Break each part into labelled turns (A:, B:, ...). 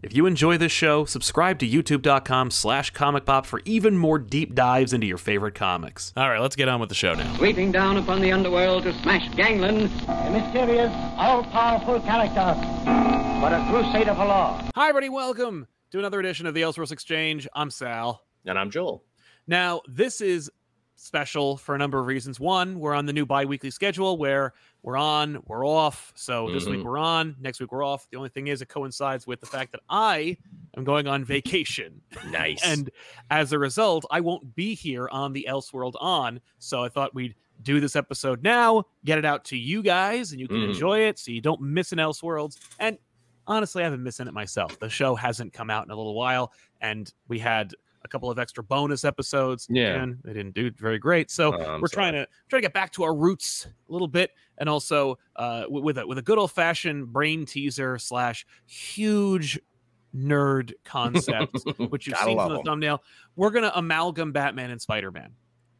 A: If you enjoy this show, subscribe to youtube.com slash comic pop for even more deep dives into your favorite comics.
B: All right, let's get on with the show now.
C: sweeping down upon the underworld to smash gangland.
D: a mysterious, all-powerful character, but a crusader for law.
A: Hi, everybody. Welcome to another edition of the Elseworlds Exchange. I'm Sal.
E: And I'm Joel.
A: Now, this is special for a number of reasons. One, we're on the new bi weekly schedule where we're on, we're off. So this week
E: Mhm.
B: Mm-hmm.
A: we're on, next week we're off. The only thing is, it coincides with the fact that I am going on vacation.
E: Nice.
A: And as a result, I won't be here on the Elseworld on. So I thought we'd do this episode now, get it out to you guys, and you can
E: Mhm.
A: enjoy it so you don't miss an Elseworlds. And honestly, I've been missing it myself. The show hasn't come out in a little while, and we had a couple of extra bonus episodes.
E: Yeah.
A: And they didn't do very great. So
E: Oh, I'm
A: we're trying
E: sorry.
A: to trying to get back to our roots a little bit, and also uh, w- with a with a good old fashioned brain teaser slash huge nerd concept, which you've
E: Gotta
A: seen
E: love
A: from the
E: 'em.
A: thumbnail. We're gonna amalgam Batman and Spider Man.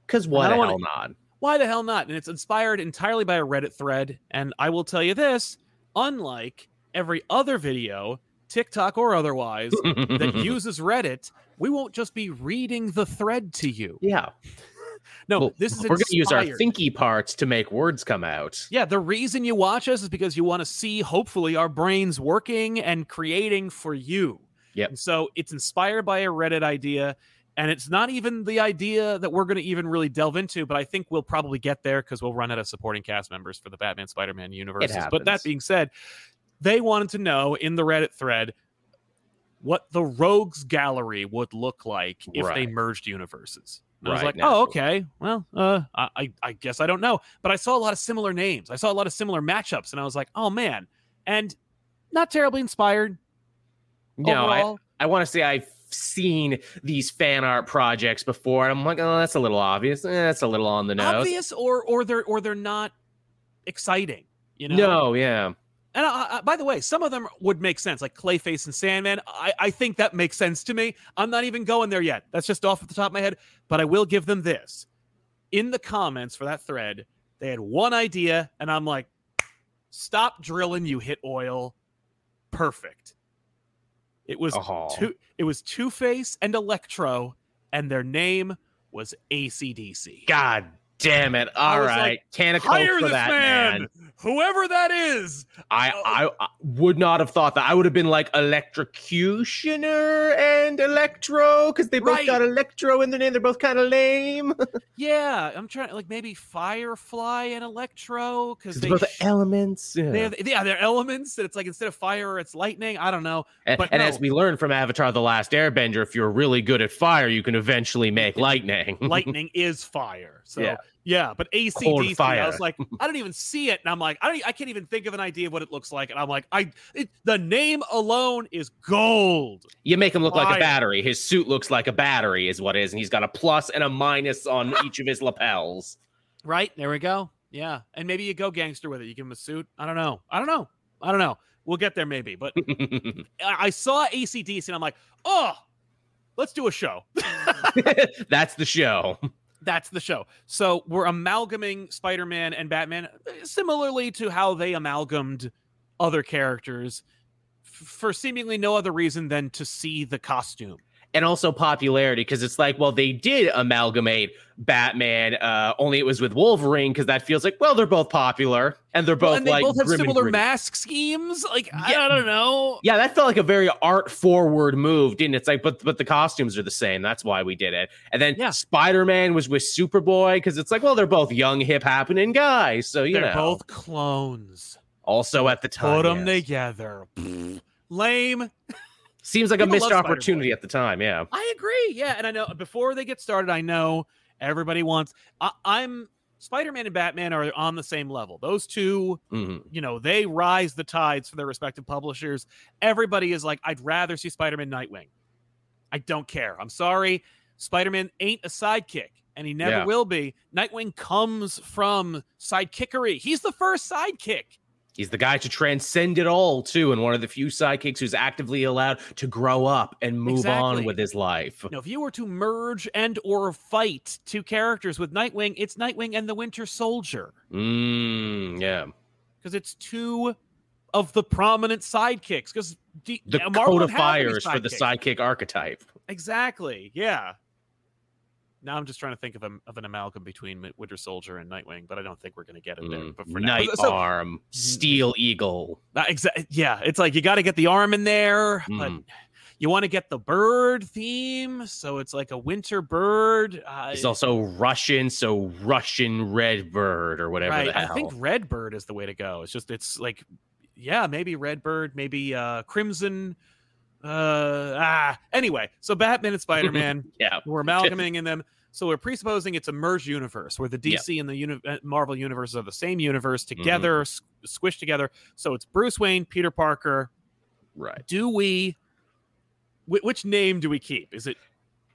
E: Because why
A: I
E: the
A: don't
E: hell not?
A: Why the hell not? And it's inspired entirely by a Reddit thread. And I will tell you this: unlike every other video, TikTok or otherwise, that uses Reddit, we won't just be reading the thread to you.
E: yeah.
A: No,
E: Well,
A: this is
E: We're going to use our
A: inspired.
E: thinky parts to make words come out.
A: Yeah, the reason you watch us is because you want to see, hopefully, our brains working and creating for you.
E: Yep.
A: And so it's inspired by a Reddit idea. And it's not even the idea that we're going to even really delve into, but I think we'll probably get there because we'll run out of supporting cast members for the Batman Spider Man universe. But that
E: happens.
A: being said, they wanted to know in the Reddit thread what the Rogues Gallery would look like if they
E: Right.
A: merged universes. And I was
E: Right,
A: like, oh,
E: naturally.
A: okay. Well, uh, I, I- I guess I don't know. But I saw a lot of similar names. I saw a lot of similar matchups, and I was like, oh man. And not terribly inspired
E: No, I,
A: overall.
E: I want to say I've seen these fan art projects before, and I'm like, oh, that's a little obvious. Eh, that's a little on the nose.
A: Obvious, or or they're or they're not exciting. You know.
E: No, yeah.
A: And I, I, by the way, some of them would make sense, like Clayface and Sandman. I, I think that makes sense to me. I'm not even going there yet. That's just off the top of my head. But I will give them this. In the comments for that thread, they had one idea, and I'm like, stop drilling, you hit oil. Perfect. It was
E: Oh.
A: two it was Two Face and Electro, and their name was ACDC.
E: God damn it. All
A: was
E: right.
A: like,
E: Can't account
A: Hire
E: for
A: this
E: that,
A: man, whoever that is.
E: I,
A: Oh.
E: I I would not have thought that. I would have been like electrocutioner and electro because they both
A: Right.
E: got electro in their name. They're both kind of lame.
A: Yeah, I'm trying like maybe Firefly and Electro because they
E: They're both
A: sh-
E: elements. Yeah.
A: they have, yeah they're elements that it's like instead of fire it's lightning. I don't know.
E: and
A: but
E: and
A: no.
E: as we learned from Avatar: The Last Airbender, if you're really good at fire, you can eventually make lightning.
A: Lightning is fire. So yeah,
E: Yeah.
A: but AC/DC.
E: Cold
A: I was
E: fire.
A: like I don't even see it, and I'm like I don't e, I can't even think of an idea of what it looks like, and I'm like I it, the name alone is gold.
E: you make him look like
A: Fire.
E: a battery. His suit looks like a battery, is what it is, and he's got a plus and a minus on each of his lapels.
A: Right there we go. Yeah, and maybe you go gangster with it. You give him a suit. I don't know. I don't know. I don't know. We'll get there maybe, but I I saw ACDC and I'm like, oh, let's do a show.
E: That's the show.
A: That's the show. So we're amalgaming Spider Man and Batman eh, similarly to how they amalgamed other characters f- for seemingly no other reason than to see the costume.
E: and also popularity because it's like, well, they did amalgamate Batman, uh, only it was with Wolverine because that feels like, well, they're both popular and they're both
A: and they
E: like
A: both have
E: grim and
A: similar
E: gritty.
A: mask schemes. Like, I,
E: Yeah.
A: I don't know.
E: Yeah, that felt like a very art forward move, didn't it? It's like, but but the costumes are the same. That's why we did it. And then
A: Yeah.
E: Spider Man was with Superboy because it's like, well, they're both young, hip, happening guys. So you
A: They're
E: know,
A: both clones.
E: also at the time,
A: Put them
E: yes.
A: together. Pfft. Lame.
E: seems like a
A: People love
E: missed
A: Spider-Boy.
E: opportunity at the time. Yeah,
A: I agree. Yeah, and I know before they get started, I know everybody wants. I, I'm Spider-Man and Batman are on the same level. Those two,
E: Mhm.
A: you know, they rise the tides for their respective publishers. Everybody is like, I'd rather see Spider-Man Nightwing. I don't care. I'm sorry, Spider-Man ain't a sidekick, and he never
E: Yeah.
A: will be. Nightwing comes from sidekickery. He's the first sidekick.
E: He's the guy to transcend it all too, and one of the few sidekicks who's actively allowed to grow up and move
A: Exactly.
E: on with his life.
A: Now, if you were to merge and or fight two characters with Nightwing, it's Nightwing and the Winter Soldier.
E: Mm, yeah.
A: because it's two of the prominent sidekicks because D-
E: The
A: Marvel don't have any
E: codifiers for the
A: sidekicks.
E: sidekick archetype.
A: Exactly. Yeah. Now I'm just trying to think of, a, of an amalgam between Mi- Winter Soldier and Nightwing, but I don't think we're going to get it there.
E: Mm,
A: But for now,
E: Night
A: so, mm-hmm.
E: Arm, Steel Eagle.
A: exactly. Yeah, it's like you got to get the arm in there, but
E: Mm.
A: you want to get the bird theme, so it's like a winter bird. Uh,
E: He's also Russian, so Russian Red Bird or whatever
A: right.
E: the hell.
A: I think Red Bird is the way to go. It's just it's like, yeah, maybe Red Bird, maybe uh, Crimson. Uh, ah. Anyway, so Batman and Spider Man.
E: yeah.
A: we're amalgamating in them. So we're presupposing it's a merged universe where the
E: Yeah.
A: DC and the uni- uh, Marvel universes are the same universe together, s- squished together. So it's Bruce Wayne, Peter Parker.
E: Right.
A: Do we? Wh- which name do we keep? Is it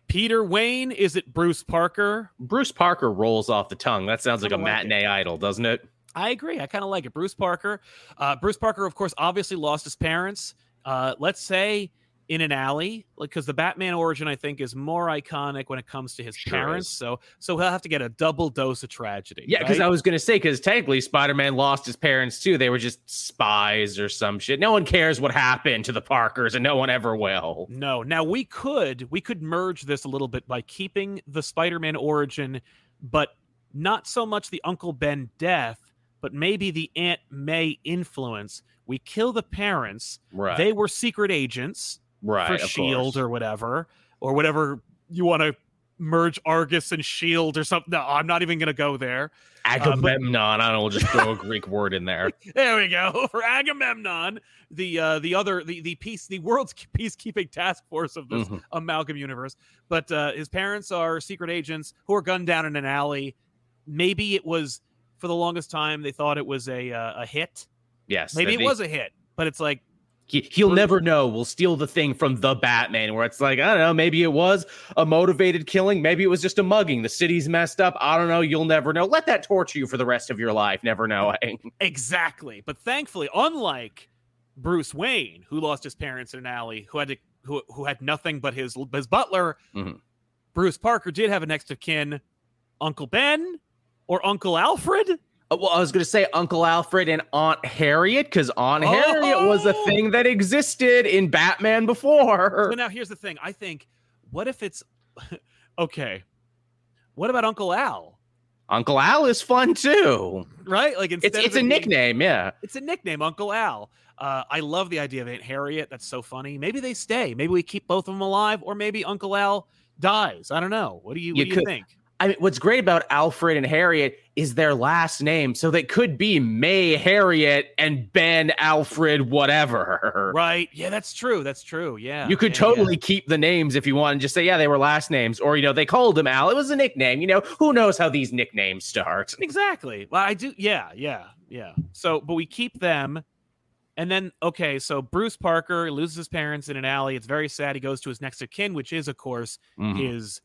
A: Peter Wayne? Is it Bruce Parker?
E: Bruce Parker rolls off the tongue. That sounds like a
A: Kinda like it.
E: matinee idol, doesn't it?
A: I agree. I kind of like it. Bruce Parker. Uh, Bruce Parker, of course, obviously lost his parents. Uh, let's say in an alley, because the Batman origin I think is more iconic when it comes to his
E: Sure
A: parents.
E: is.
A: So, so he'll have to get a double dose of tragedy.
E: Yeah, because
A: right?
E: I was gonna say, because technically Spider-Man lost his parents too. They were just spies or some shit. No one cares what happened to the Parkers, and no one ever will.
A: no. Now we could we could merge this a little bit by keeping the Spider-Man origin, but not so much the Uncle Ben death, but maybe the Aunt May influence. We kill the parents.
E: Right.
A: They were secret agents.
E: right.
A: for
E: of
A: Shield
E: course.
A: E or uh, whatever, or whatever you want to merge Argus and Shield or something. No, I'm not even going to go there. uh, but-
E: Agamemnon. I don't know, we'll just throw a Greek word in there.
A: There we go for Agamemnon, the uh, the other the the peace the world's peacekeeping task force of this
E: Mhm.
A: amalgam universe. But uh, his parents are secret agents who are gunned down in an alley. Maybe it was for the longest time they thought it was a uh, a hit.
E: Yes.
A: Maybe
E: that
A: it
E: he-
A: was a hit, but it's like
E: He, he'll
A: Bruce-
E: never know. We'll steal the thing from the Batman, where it's like, I don't know, maybe it was a motivated killing. Maybe it was just a mugging. The city's messed up. I don't know. You'll never know. Let that torture you for the rest of your life, never knowing.
A: Exactly. But thankfully, unlike Bruce Wayne, who lost his parents in an alley, who had to, who, who had nothing but his his butler,
E: Mhm.
A: Bruce Parker did have a next of kin, Uncle Ben or Uncle Alfred.
E: Uh, Well, I was going to say Uncle Alfred and Aunt Harriet, because Aunt
A: Oh!
E: Harriet was a thing that existed in Batman before.
A: But now here's the thing: I think, what if it's okay? What about Uncle Al?
E: Uncle Al is fun too.
A: Right? Like
E: It's,
A: instead of
E: it's a
A: it being-
E: nickname, yeah.
A: It's a nickname, Uncle Al. Uh, I love the idea of Aunt Harriet. That's so funny. Maybe they stay. Maybe we keep both of them alive, or maybe Uncle Al dies. I don't know. What do you, what
E: You
A: do you
E: could-
A: think?
E: I mean, what's great about Alfred and Harriet is their last name, so they could be May Harriet and Ben Alfred whatever.
A: Right. Yeah, that's true. That's true. Yeah.
E: You could
A: yeah, yeah.
E: totally keep the names if you want and just say, yeah, they were last names, or you know, they called him Al. It was a nickname. You know, who knows how these nicknames start?
A: Exactly. Well, I do. Yeah. Yeah. Yeah. So, but we keep them. And then, okay, so Bruce Parker loses his parents in an alley. It's very sad. He goes to his next of kin, which is, of course,
E: Mhm.
A: his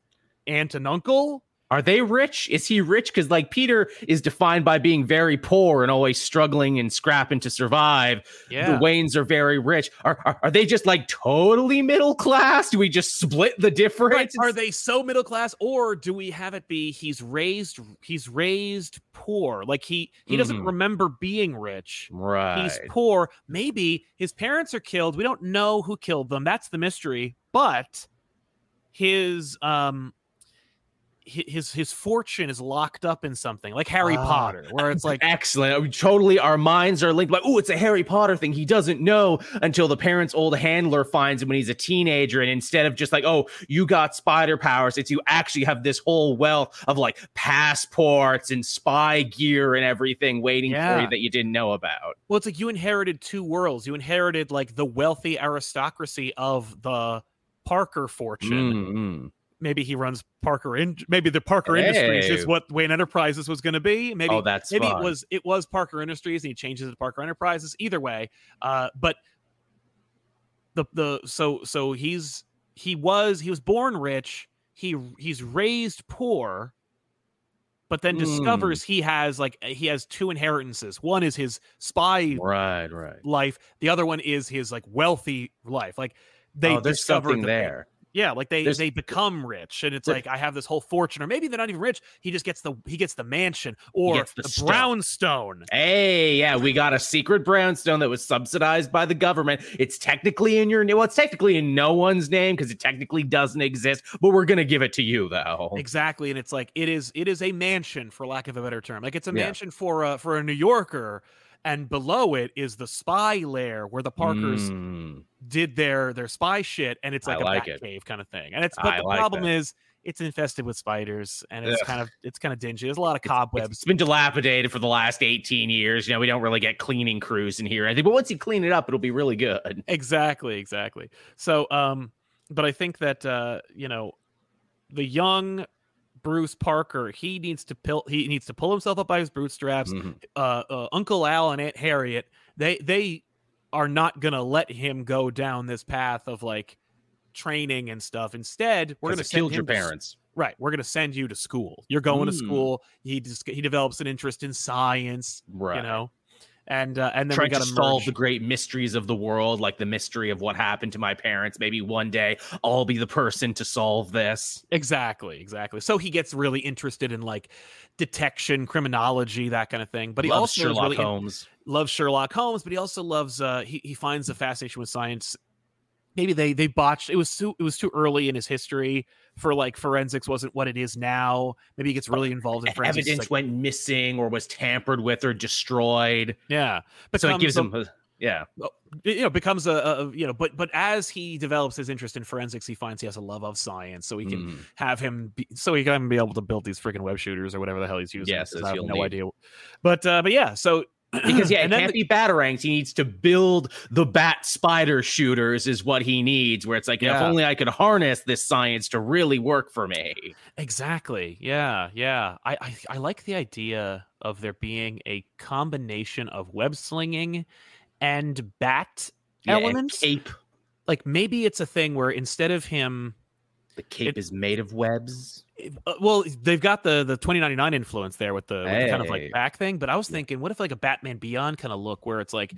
A: aunt and uncle.
E: Are they rich? Is he rich? Because like Peter is defined by being very poor and always struggling and scrapping to survive.
A: Yeah.
E: the Waynes are very rich. Are, are are they just like totally middle class? Do we just split the difference?
A: Right. Are they so middle class, or do we have it be he's raised he's raised poor? Like he he doesn't
E: Mhm.
A: remember being rich.
E: Right.
A: He's poor. Maybe his parents are killed. We don't know who killed them. That's the mystery. But his um hi- his his fortune is locked up in something like Harry
E: Ah.
A: Potter, where it's like
E: Excellent. We Totally, our minds are linked. But oh, it's a Harry Potter thing. He doesn't know until the parents' old handler finds him when he's a teenager. And instead of just like, oh, you got spider powers, it's you actually have this whole wealth of like passports and spy gear and everything waiting for
A: Yeah.
E: you that you didn't know about.
A: well, it's like you inherited two worlds. You inherited like the wealthy aristocracy of the Parker fortune. Mm-hmm.
E: Mm,
A: Maybe he runs Parker in maybe the Parker Industries
E: Hey.
A: is what Wayne Enterprises was going to be.
E: mm.
A: Maybe
E: Oh, that's
A: maybe
E: fun.
A: it was it was Parker Industries and he changes it to Parker Enterprises. Either way, uh, but the the so so he's he was he was born rich. He he's raised poor, but then
E: Hmm.
A: discovers he has like he has two inheritances. One is his spy
E: right, right.
A: life. The other one is his like wealthy life. Like they
E: oh, there's
A: discovered
E: something there.
A: Yeah, like they
E: There's-
A: they become rich, and it's
E: There-
A: like I have this whole fortune, or maybe they're not even rich. He just gets the he gets the mansion or
E: gets the
A: the,
E: stone.
A: brownstone.
E: Hey, yeah, we got a secret brownstone that was subsidized by the government. It's technically in your well, it's technically in no one's name because it technically doesn't exist, but we're gonna give it to you though.
A: Exactly, and it's like it is it is a mansion for lack of a better term. Like it's a
E: Yeah.
A: mansion for a for a New Yorker, and below it is the spy lair where the Parkers
E: Mm.
A: did their their spy shit, and it's
E: I
A: like a
E: like
A: bat
E: it.
A: cave kind of thing. And it's
E: I
A: but the
E: like
A: problem is it's infested with spiders, and it's kind of it's kind of dingy. There's a lot of cobwebs.
E: It's been dilapidated for the last 18 years. You know, we don't really get cleaning crews in here. I think, but once you clean it up, it'll be really good.
A: exactly exactly so um but i think that uh you know the young bruce parker he needs to pill he needs to pull himself up by his
E: Mm-hmm.
A: bootstraps uh, uh uncle al and aunt harriet they they are not gonna let him go down this path of like training and stuff instead we're gonna
E: Because it
A: send
E: killed your
A: him to s-
E: parents.
A: right we're gonna send you to school you're going to
E: Mm.
A: school he just he develops an interest in science
E: Right.
A: you know and uh, and then we
E: trying
A: gotta
E: to solve
A: merge-
E: the great mysteries of the world, like the mystery of what happened to my parents. Maybe one day I'll be the person to solve this.
A: Exactly, exactly. So he gets really interested in like detection, criminology, that kind of thing. But he
E: Loves
A: also is
E: Sherlock
A: really in-
E: Holmes.
A: loves Sherlock Holmes, but he also loves uh he, he finds a fascination with science. Maybe they they botched it was too it was too early in his history for like forensics wasn't what it is now. Maybe he gets really involved in forensics. It's
E: e-,
A: like,
E: Evidence went missing or was tampered with or destroyed.
A: yeah. But
E: So it gives him, a- yeah.
A: you know becomes a, a you know but but as he develops his interest in forensics he finds he has a love of science so he can
E: Mm.
A: have him be, so he can be able to build these freaking web shooters or whatever the hell he's using.
E: Yes,
A: because
E: as
A: I have
E: you'll
A: no
E: need.
A: idea. But uh, but yeah, so
E: because yeah, it
A: and then
E: can't be batarangs. He needs to build the bat spider shooters is what he needs. Where it's like, if
A: Yeah.
E: only I could harness this science to really work for me.
A: the- exactly, yeah, yeah. I, I I like the idea of there being a combination of web slinging and bat
E: Yeah, and
A: elements.
E: cape.
A: Like maybe it's a thing where instead of him.
E: The cape
A: It-
E: is made of webs.
A: uh, Well, they've got the the 2099 influence there with the, with the kind of
E: Hey.
A: like back thing, but I was thinking, what if like a Batman Beyond kind of look where it's like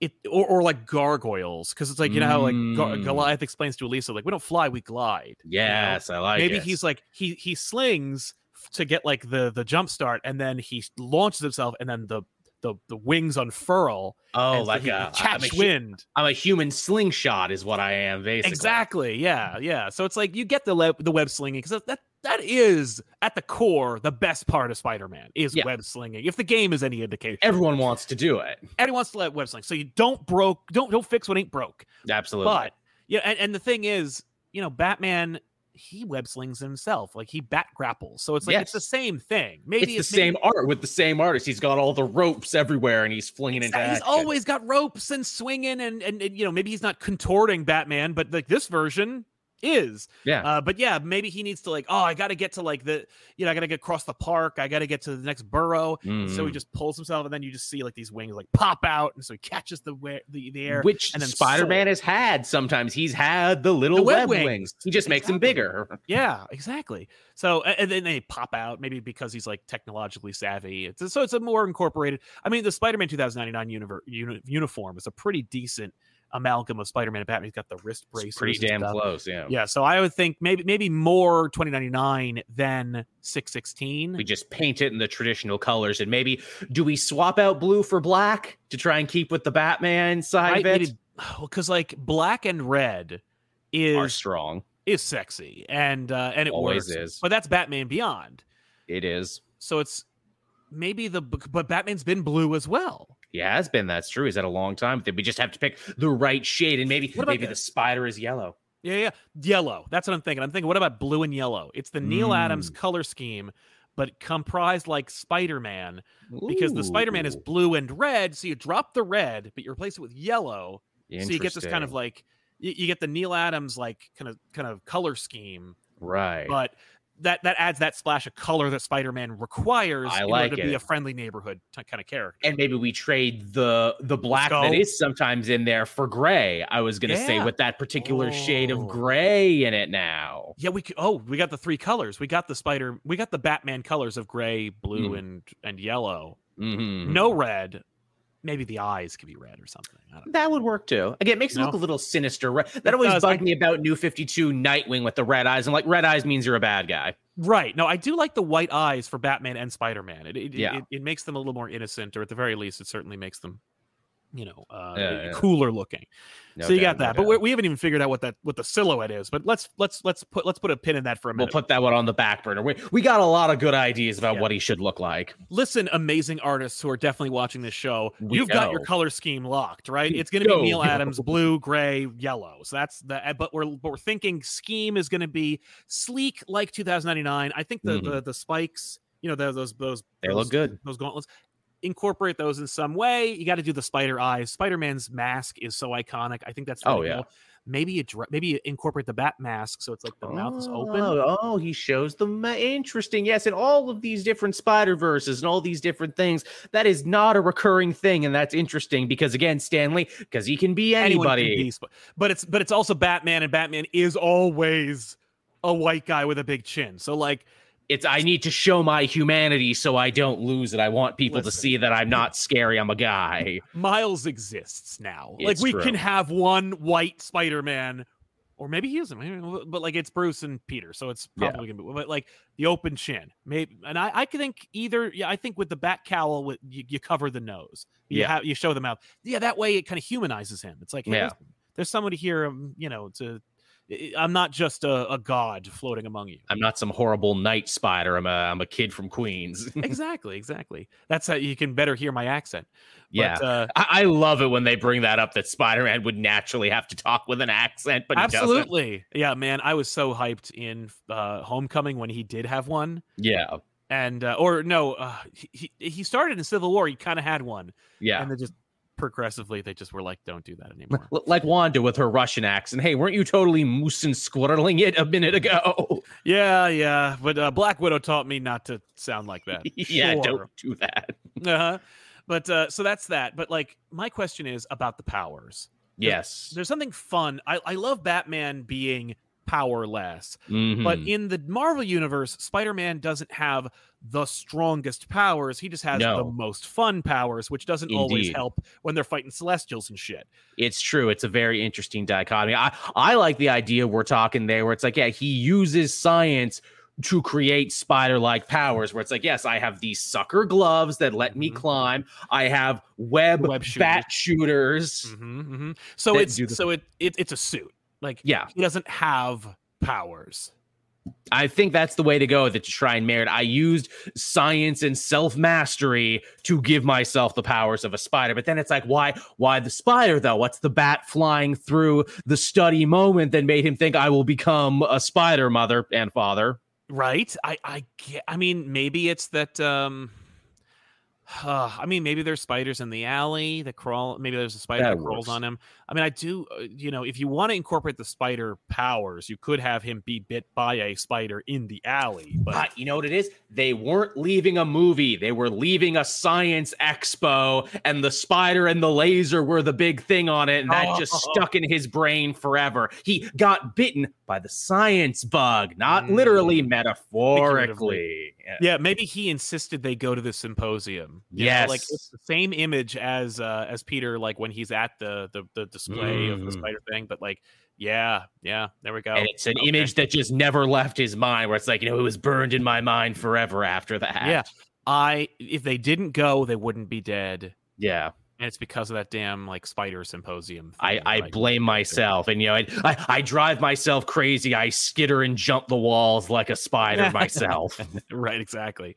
A: it or, or like gargoyles because it's like you know how like Gar-
E: Mm.
A: Goliath explains to Elisa like we don't fly, we glide. you know?
E: Yes, I like.
A: maybe
E: it.
A: he's like he he slings f- to get like the the jump start, and then he s- launches himself, and then the the the wings unfurl.
E: oh,
A: and so
E: like
A: he
E: a I'm a,
A: catch
E: hu-
A: wind.
E: I'm a human slingshot is what I am basically.
A: Exactly. Yeah. Yeah. So it's like you get the le- the web slinging because that that is at the core the best part of Spider Man is
E: Yeah.
A: web slinging. If the game is any indication,
E: Everyone wants to do it.
A: everyone wants to let web sling. So you don't broke don't don't fix what ain't broke.
E: Absolutely.
A: But yeah, and, and the thing is, you know, Batman he web slings himself like he bat grapples. So it's like it's the
E: Yes.
A: same thing.
E: it's
A: Maybe
E: the same art with the same artist. He's got all the ropes everywhere, and he's flinging
A: Maybe,
E: into.
A: he's
E: action.
A: always got ropes and swinging and, and and you know maybe he's not contorting Batman, but like this version is.
E: yeah.
A: Uh, but yeah, maybe he needs to like, oh, I got to get to like the, you know, I got to get across the park. I got to get to the next borough. And So he
E: Mhm.
A: just pulls himself, and then you just see like these wings like pop out, and so he catches the wa- the, the air.
E: which
A: and then
E: Spider-Man
A: sold.
E: has had. Sometimes he's had the little
A: The web
E: web, wings.
A: wings.
E: He just makes them
A: Exactly.
E: bigger.
A: Yeah, exactly. So a- and then they pop out, maybe because he's like technologically savvy. It's, so it's a more incorporated. I mean, the Spider-Man 2099 univer, uni, uniform is a pretty decent amalgam of Spider-Man and Batman. He's got the wrist
E: It's
A: braces.
E: pretty
A: and
E: damn
A: stuff.
E: close. Yeah.
A: Yeah, so I would think maybe maybe more 2099 than
E: We
A: 616.
E: just paint it in the traditional colors, and maybe do we swap out blue for black to try and keep with the Batman
A: right?
E: side of it?
A: Maybe because like black and red
E: Are
A: is
E: strong.
A: is sexy and uh, and it
E: Always
A: works.
E: is.
A: But that's Batman Beyond,
E: It is.
A: so it's maybe the but Batman's been blue as well.
E: He has been. That's true. He's had a long time. We just have to pick the right shade, and maybe
A: What about
E: maybe the
A: this?
E: spider is yellow.
A: Yeah, yeah, yellow. That's what I'm thinking. I'm thinking, what about blue and yellow? It's the Neil
E: Mm.
A: Adams color scheme, but comprised like Spider Man because the Spider Man is
E: Ooh,
A: blue and red. So you drop the red, but you replace it with yellow. So you get this kind of
E: interesting.
A: like you, you get the Neil Adams like kind of kind of color scheme.
E: right.
A: but that that adds that splash of color that Spider-Man requires
E: I
A: in
E: like
A: order to
E: it.
A: be a friendly neighborhood t- kind of character.
E: and maybe we trade the the black that
A: go.
E: is sometimes in there for gray. I was gonna say
A: Yeah.
E: with that particular shade
A: Oh.
E: of gray in it now.
A: Yeah, we could, oh we got the three colors. We got the spider. We
E: Hmm.
A: got the Batman colors of gray, blue,
E: Mhm.
A: and and yellow.
E: Mhm.
A: No red. maybe the eyes could be red or something. I don't know.
E: That would work too. Again, it makes him
A: No.
E: look a little sinister. Re-
A: It
E: That always
A: does.
E: bugged me about New 52 Nightwing with the red eyes. I'm like, red eyes means you're a bad guy.
A: Right. No, I do like the white eyes for Batman and Spider Man. It it,
E: Yeah.
A: it it makes them a little more innocent, or at the very least, it certainly makes them, you know, uh,
E: Yeah, yeah.
A: cooler looking.
E: No
A: so you got
E: doubt, no
A: that,
E: doubt.
A: but we we haven't even figured out what that what the silhouette is. But let's let's let's put let's put a pin in that for a
E: we'll
A: minute.
E: put that one on the back burner. We, we got a lot of good ideas about
A: Yeah.
E: what he should look like.
A: Listen, amazing artists who are definitely watching this show,
E: We
A: you've got your
E: know.
A: color scheme locked, right?
E: We
A: It's going to be
E: know.
A: Neil Adams, blue, gray, yellow. So that's the. uh, But we're but we're thinking scheme is going to be sleek like 2099. I think the
E: Mhm.
A: the, the spikes, you know, those those those
E: They
A: those
E: look good.
A: those gauntlets incorporate those in some way you got to do the spider eyes spider-man's mask is so iconic i think that's
E: Oh,
A: really
E: yeah.
A: cool. maybe you dr- maybe you incorporate the bat mask so it's like the mouth is open
E: Oh, oh, he shows them. Interesting. Yes, and all of these different Spider Verses and all these different things. That is not a recurring thing, and that's interesting because again, Stanley, because he can be
A: Anyone can
E: anybody.
A: be Sp- but it's but it's also batman and batman is always a white guy with a big chin so like
E: it's I need to show my humanity so I don't lose it. I want people to
A: Listen.
E: see that I'm not scary. I'm a guy.
A: miles exists now like
E: It's
A: we can
E: true.
A: have one white spider-man or maybe he isn't maybe- but like it's bruce and peter so it's
E: Yeah.
A: probably gonna be but like the open chin maybe and i i could think either yeah i think with the bat cowl with you, you cover the nose you
E: Yeah.
A: have you show the mouth yeah that way it kind of humanizes him it's like hey,
E: Yeah.
A: listen, there's somebody here um, you know to I- i'm not just a, a god floating among you
E: I'm not some horrible night spider. I'm a I'm a kid from Queens.
A: exactly exactly that's how you can better hear my accent
E: yeah.
A: but, uh,
E: I, I love it when they bring that up that Spider-Man would naturally have to talk with an accent, but he doesn't.
A: absolutely yeah man i was so hyped in uh homecoming when he did have one
E: Yeah.
A: and uh, or no uh, he, he he started in civil war he kind of had one
E: Yeah.
A: and they just progressively they just were like don't do that anymore
E: L- like Wanda with her Russian accent. Hey, weren't you totally moose and squirreling it a minute ago?
A: yeah yeah but uh, black widow taught me not to sound like that
E: yeah,
A: Sure.
E: don't do that.
A: uh-huh. but uh so that's that but like my question is about the powers
E: Yes.
A: there's something fun i, I love batman being powerless But
E: Mhm.
A: in the Marvel universe, Spider-Man doesn't have the strongest powers. He just has the
E: No.
A: most fun powers, which doesn't always
E: Indeed.
A: help when they're fighting Celestials and shit.
E: It's true. It's a very interesting dichotomy. I, I like the idea we're talking there where it's like, yeah, he uses science to create spider like powers, where it's like, yes, I have these sucker gloves that let me
A: Mhm.
E: climb. I have web,
A: Web shooters.
E: bat shooters.
A: hmm hmm So
E: That
A: it's
E: Mm-hmm, do the-
A: so it, it it's a suit. Like
E: Yeah,
A: he doesn't have powers.
E: I think that's the way to go that to try and merit. I used science and self mastery to give myself the powers of a spider. But then it's like, why why the spider though? What's the bat flying through the study moment that made him think I will become a spider mother and father?
A: Right? I I get, I mean maybe it's that um I mean maybe there's spiders in the alley that crawl maybe there's a spider that,
E: That
A: crawls
E: works.
A: on him. I mean I do uh, you know if you want to incorporate the spider powers you could have him be bit by a spider in the alley but
E: But you know what it is? They weren't leaving a movie. They were leaving a science expo, and the spider and the laser were the big thing on it. And that just stuck in his brain forever. He got bitten by the science bug, not
A: Mm.
E: literally, metaphorically. Yeah.
A: yeah maybe he insisted they go to the symposium. you know, like
E: Yes.
A: it's the same image as uh as Peter like when he's at the the, the display of the
E: Mm.
A: spider thing but like yeah yeah there we go.
E: And it's an
A: okay.
E: image that just never left his mind, where it's like, you know, it was burned in my mind forever after that.
A: Yeah. I if they didn't go, they wouldn't be dead.
E: Yeah.
A: And it's because of that damn like spider symposium.
E: I,
A: thing,
E: I
A: like-
E: blame myself, and you know, I, I I drive myself crazy. I skitter and jump the walls like a spider myself.
A: right, exactly.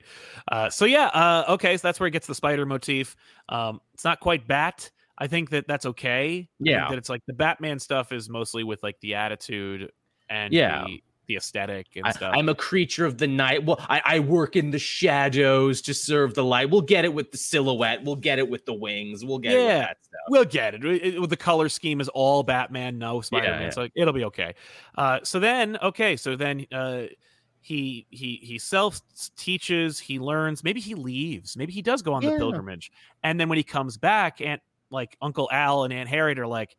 A: Uh, so yeah, uh, okay, so that's where it gets the spider motif. Um, it's not quite bat. I think that that's okay. I think
E: Yeah.
A: that it's like the Batman stuff is mostly with like the attitude and
E: Yeah.
A: the, the aesthetic and
E: I,
A: stuff.
E: I'm a creature of the night. Well, I, I work in the shadows to serve the light. We'll get it with the silhouette. We'll get it with the wings. We'll get it
A: Yeah.
E: with that stuff.
A: we'll get it. It- it- The color scheme is all Batman, no Spider-Man.
E: yeah.
A: So like, it'll be okay. Uh, so then, okay, so then uh, he he he self teaches. He learns. Maybe he leaves. Maybe he does go on the
E: Yeah.
A: pilgrimage. And then when he comes back, Aunt like Uncle Al and Aunt Harriet are like,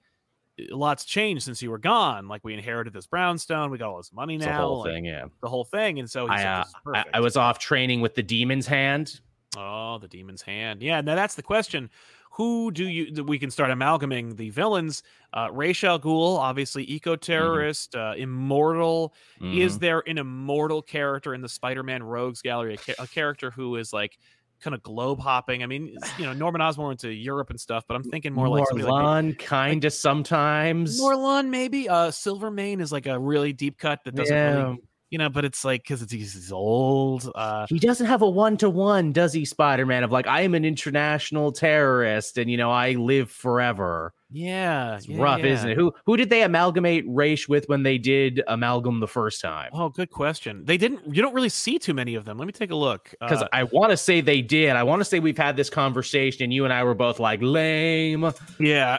A: "Lots changed since you were gone. Like we inherited this brownstone. We got all this money
E: It's
A: now.
E: the whole
A: like,
E: thing, yeah.
A: The whole thing." And so he's like,
E: I, uh,
A: "This is
E: I,
A: perfect."
E: I was off training with the demon's hand.
A: Oh, the demon's hand. Yeah, now that's the question. who do you th- we can start amalgamating the villains uh Ra's al Ghul obviously
E: Mm-hmm.
A: eco-terrorist uh, immortal is there an immortal character in the Spider-Man Rogues Gallery a, cha- a character who is like kind of globe hopping I mean you know Norman Osborn went to Europe and stuff but I'm thinking more like somebody like
E: Morlan, kind of sometimes.
A: Norlon maybe uh Silvermane is like a really deep cut that doesn't
E: yeah.
A: really you know but it's like because it's he's he's old uh
E: he doesn't have a one to one, does he, Spider Man? Of like, I am an international terrorist, and you know, I live forever.
A: yeah
E: It's
A: yeah,
E: rough,
A: yeah.
E: isn't it? Who who did they amalgamate race with when they did amalgam the first time?
A: Oh, good question. They didn't. You don't really see too many of them. Let me take a look.
E: Because
A: Uh,
E: I want to say they did. I want to say we've had this conversation, and you and I were both like, lame.
A: yeah,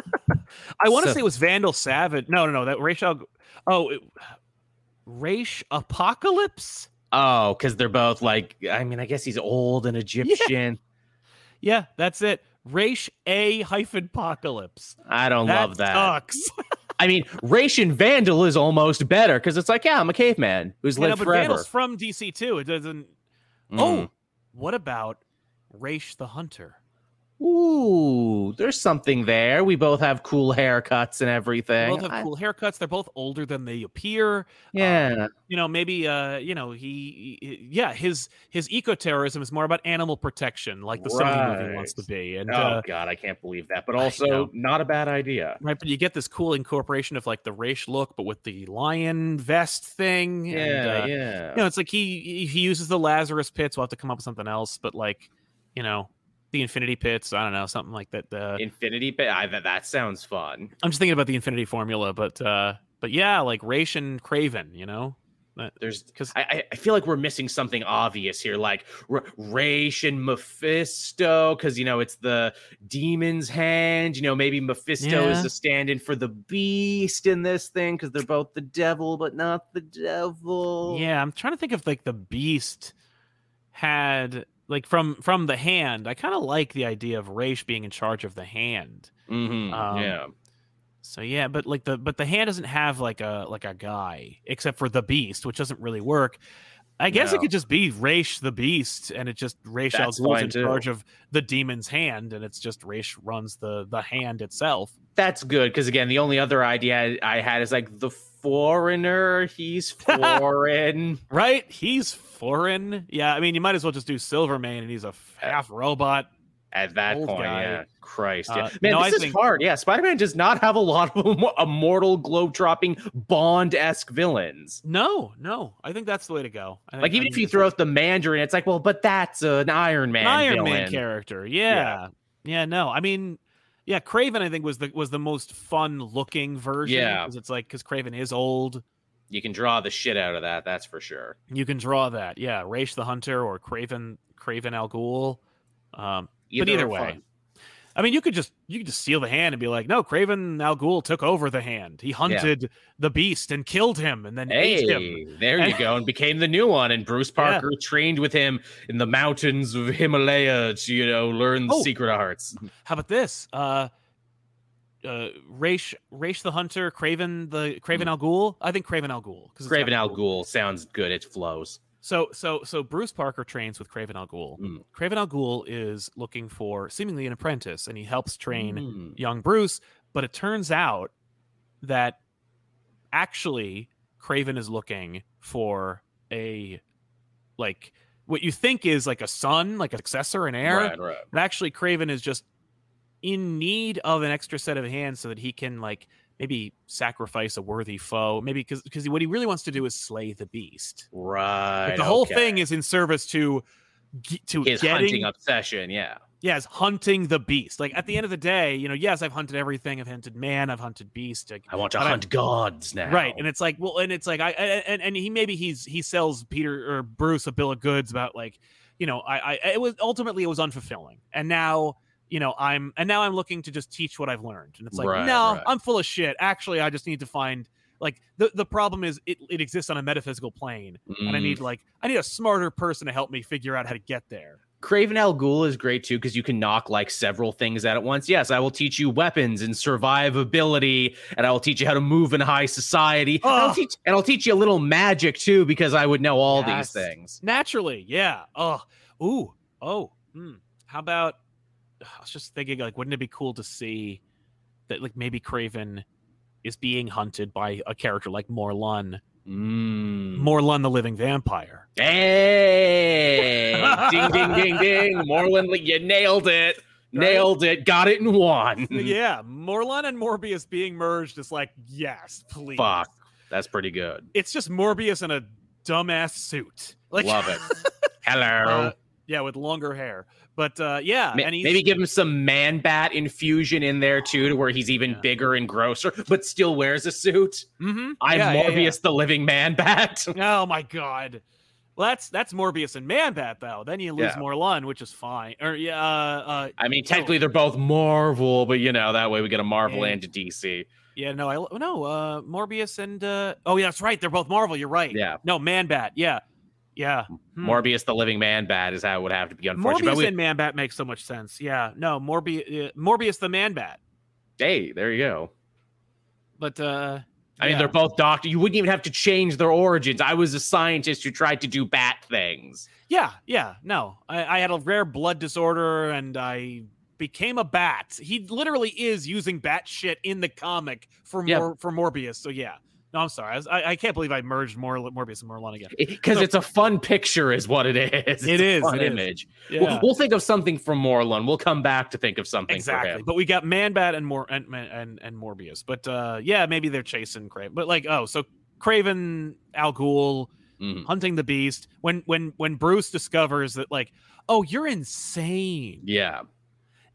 A: I want to
E: So-
A: say it was Vandal Savage. No, no, no. That Rachel. Oh, it, Raish Apocalypse.
E: Oh, because they're both like, I mean, I guess he's old and Egyptian.
A: Yeah, that's it. Raish A hyphen Apocalypse.
E: I don't love that.
A: Sucks.
E: I mean, Racian Vandal is almost better because it's like, yeah, I'm a caveman who's
A: You know,
E: lived
A: but
E: forever.
A: Vandal's from DC too. It doesn't.
E: Mm.
A: Oh, what about Raish the Hunter?
E: Mm. Ooh, there's something there. We both have cool haircuts and
A: They
E: everything.
A: both have
E: I-
A: cool haircuts. They're both older than they appear.
E: yeah. Oh,
A: you know maybe uh you know he, he- yeah his his eco-terrorism is more about animal protection like the sony movie wants to
E: Right.
A: be and
E: oh
A: uh,
E: God, I can't believe that. But
A: I know.
E: also, not a bad idea.
A: right but you get this cool incorporation of like the race look but with the lion vest thing
E: Yeah,
A: and, uh,
E: yeah.
A: you know it's like he he uses the lazarus pits we'll have to come up with something else but like you know the infinity pits i don't know something like that uh,
E: Infinity, but I, that, that sounds fun.
A: i'm just thinking about the infinity formula but uh but yeah like race and craven you know
E: There's
A: 'Cause-
E: because I, I- I feel like we're missing something obvious here, like R- Raish and Mephisto, because you know it's the demon's hand. You know, maybe Mephisto
A: Yeah.
E: is the stand-in for the beast in this thing because they're both the devil, but not the devil.
A: Yeah, I'm trying to think if like the beast had like from from the hand. I kind of like the idea of Raish being in charge of the hand.
E: Mhm,
A: Um,
E: yeah.
A: So yeah, but like the but the hand doesn't have like a like a guy except for the beast, which doesn't really work. I guess it
E: No.
A: could just be Raish the beast, and it just Raish Al
E: That's
A: Ghul's in
E: fine, too.
A: charge of the demon's hand, and it's just Raish runs the the hand itself.
E: That's good because again, the only other idea I I had is like the foreigner. He's foreign.
A: Right? He's foreign. Yeah, I mean you might as well just do Silvermane, and he's a half robot.
E: At that
A: Old
E: point,
A: guy.
E: yeah. Christ, yeah.
A: Uh,
E: man,
A: no,
E: this
A: I
E: is
A: think-
E: hard. Yeah, Spider-Man does not have a lot of im- immortal, globe-dropping, Bond-esque villains.
A: No, no. I think that's the way to go. I think-
E: Like
A: I
E: even
A: think
E: if you
A: that's the-
E: throw out the Mandarin, it's like, well, but that's an Iron Man.
A: an Iron Man
E: villain.
A: character, yeah. yeah, no. I mean, yeah, Craven I think was the was the most fun looking version.
E: Yeah.
A: 'cause it's like because Craven is old.
E: You can draw the shit out of that. That's for sure.
A: You can draw that, yeah. Raish the Hunter or Craven Craven Al Ghul. Um, but
E: Either
A: either
E: are
A: way,
E: fun.
A: I mean, you could just you could just steal the hand and be like, no, Craven Al Ghul took over the hand. He hunted the beast and killed him, and then ate him.
E: Hey, there you go, and became the new one. And Bruce
A: Yeah.
E: Parker trained with him in the mountains of Himalaya to, you know, learn the
A: Oh.
E: secret arts.
A: How about this? Uh uh Raish Raish the Hunter, Craven the Craven Al Ghul. I think Craven Al Ghul. 'cause it's
E: Hmm. Craven
A: got
E: Al Ghul sounds good. It flows.
A: So so so Bruce Parker trains with Craven Al Ghul.
E: Mm.
A: Craven Al Ghul is looking for seemingly an apprentice and he helps train
E: Mm.
A: young Bruce, but it turns out that actually Craven is looking for a like what you think is like a son, like a successor, an heir.
E: Right, right.
A: But actually, Craven is just in need of an extra set of hands so that he can like maybe sacrifice a worthy foe. Maybe because because what he really wants to do is slay the beast.
E: Right.
A: Like, the whole
E: okay.
A: thing is in service to ge- to
E: his
A: getting
E: hunting obsession. Yeah.
A: yes hunting the beast. Like at the end of the day, you know, yes, I've hunted everything. I've hunted man. I've hunted beast. Like,
E: I want to
A: But I-
E: hunt gods now.
A: Right, and it's like, well, and it's like, I and and- and he maybe he's he sells Peter or Bruce a bill of goods about like, you know, I I it was ultimately it was unfulfilling, and now you know I'm and now I'm looking to just teach what I've learned, and it's like,
E: Right,
A: no,
E: right.
A: I'm full of shit. Actually, I just need to find like the the problem is it it exists on a metaphysical plane, and I
E: Mm.
A: need like I need a smarter person to help me figure out how to get there.
E: Craven Al Ghul is great too because you can knock like several things out at once. Yes, I will teach you weapons and survivability, and I will teach you how to move in high society. And,
A: Oh.
E: I'll teach, and I'll teach you a little magic too because I would know all
A: Yes.
E: these things.
A: Naturally, yeah. Oh, ooh, oh. Hmm. How about I was just thinking, like, wouldn't it be cool to see that, like, maybe Craven is being hunted by a character like Morlun,
E: Mm.
A: Morlun the living vampire.
E: Hey! ding, ding, ding, ding. Moreland, Lee, you nailed it. Nailed it. Got it in one.
A: Yeah, Morlun and Morbius being merged is like, yes, please.
E: Fuck. That's pretty good.
A: It's just Morbius in a dumbass suit. Like,
E: Love it. Hello.
A: uh, yeah, with longer hair. But uh, yeah,
E: Ma-
A: and he's,
E: maybe give him some man bat infusion in there too, to where he's even
A: Yeah.
E: bigger and grosser, but still wears a suit.
A: Mhm.
E: I'm
A: Yeah, yeah,
E: Morbius, the living man bat.
A: yeah. Oh my god. Well, that's that's Morbius and Manbat though. Then you lose
E: Yeah.
A: Morlun, which is fine. Or yeah, uh, uh,
E: I mean, technically they're both Marvel, but you know that way we get a Marvel
A: Yeah.
E: and a DC.
A: yeah, no, I no, uh, Morbius and uh, oh yeah, that's right. They're both Marvel. You're right.
E: Yeah.
A: No, Manbat. Yeah, yeah. Hmm.
E: Morbius, the living man bat, is how it would have to be. Unfortunately,
A: Morbius
E: but we,
A: and Manbat makes so much sense. Yeah. No, Morbius, uh, Morbius the Manbat.
E: hey, there you go.
A: But uh,
E: I mean,
A: yeah.
E: they're both doctor. You wouldn't even have to change their origins. I was a scientist who tried to do bat things.
A: Yeah, yeah. No, I, I had a rare blood disorder and I became a bat. He literally is using bat shit in the comic for
E: Yeah.
A: more for Morbius. So yeah. No, I'm sorry. I, was, I, I can't believe I merged Mor- Morbius and Morlun again.
E: Because
A: So-
E: it's a fun picture, is what it is.
A: It
E: It's a
A: is,
E: fun
A: it is.
E: image.
A: Yeah.
E: We'll, we'll think of something from Moreland. We'll come back to think of something for
A: Exactly,
E: him.
A: but we got Man-Bat and more and, and and- and Morbius, but uh, yeah, maybe they're chasing Craven. But like, oh, so Craven Al Ghul
E: Mhm.
A: hunting the Beast. When when when Bruce discovers that, like, oh, you're insane,
E: Yeah.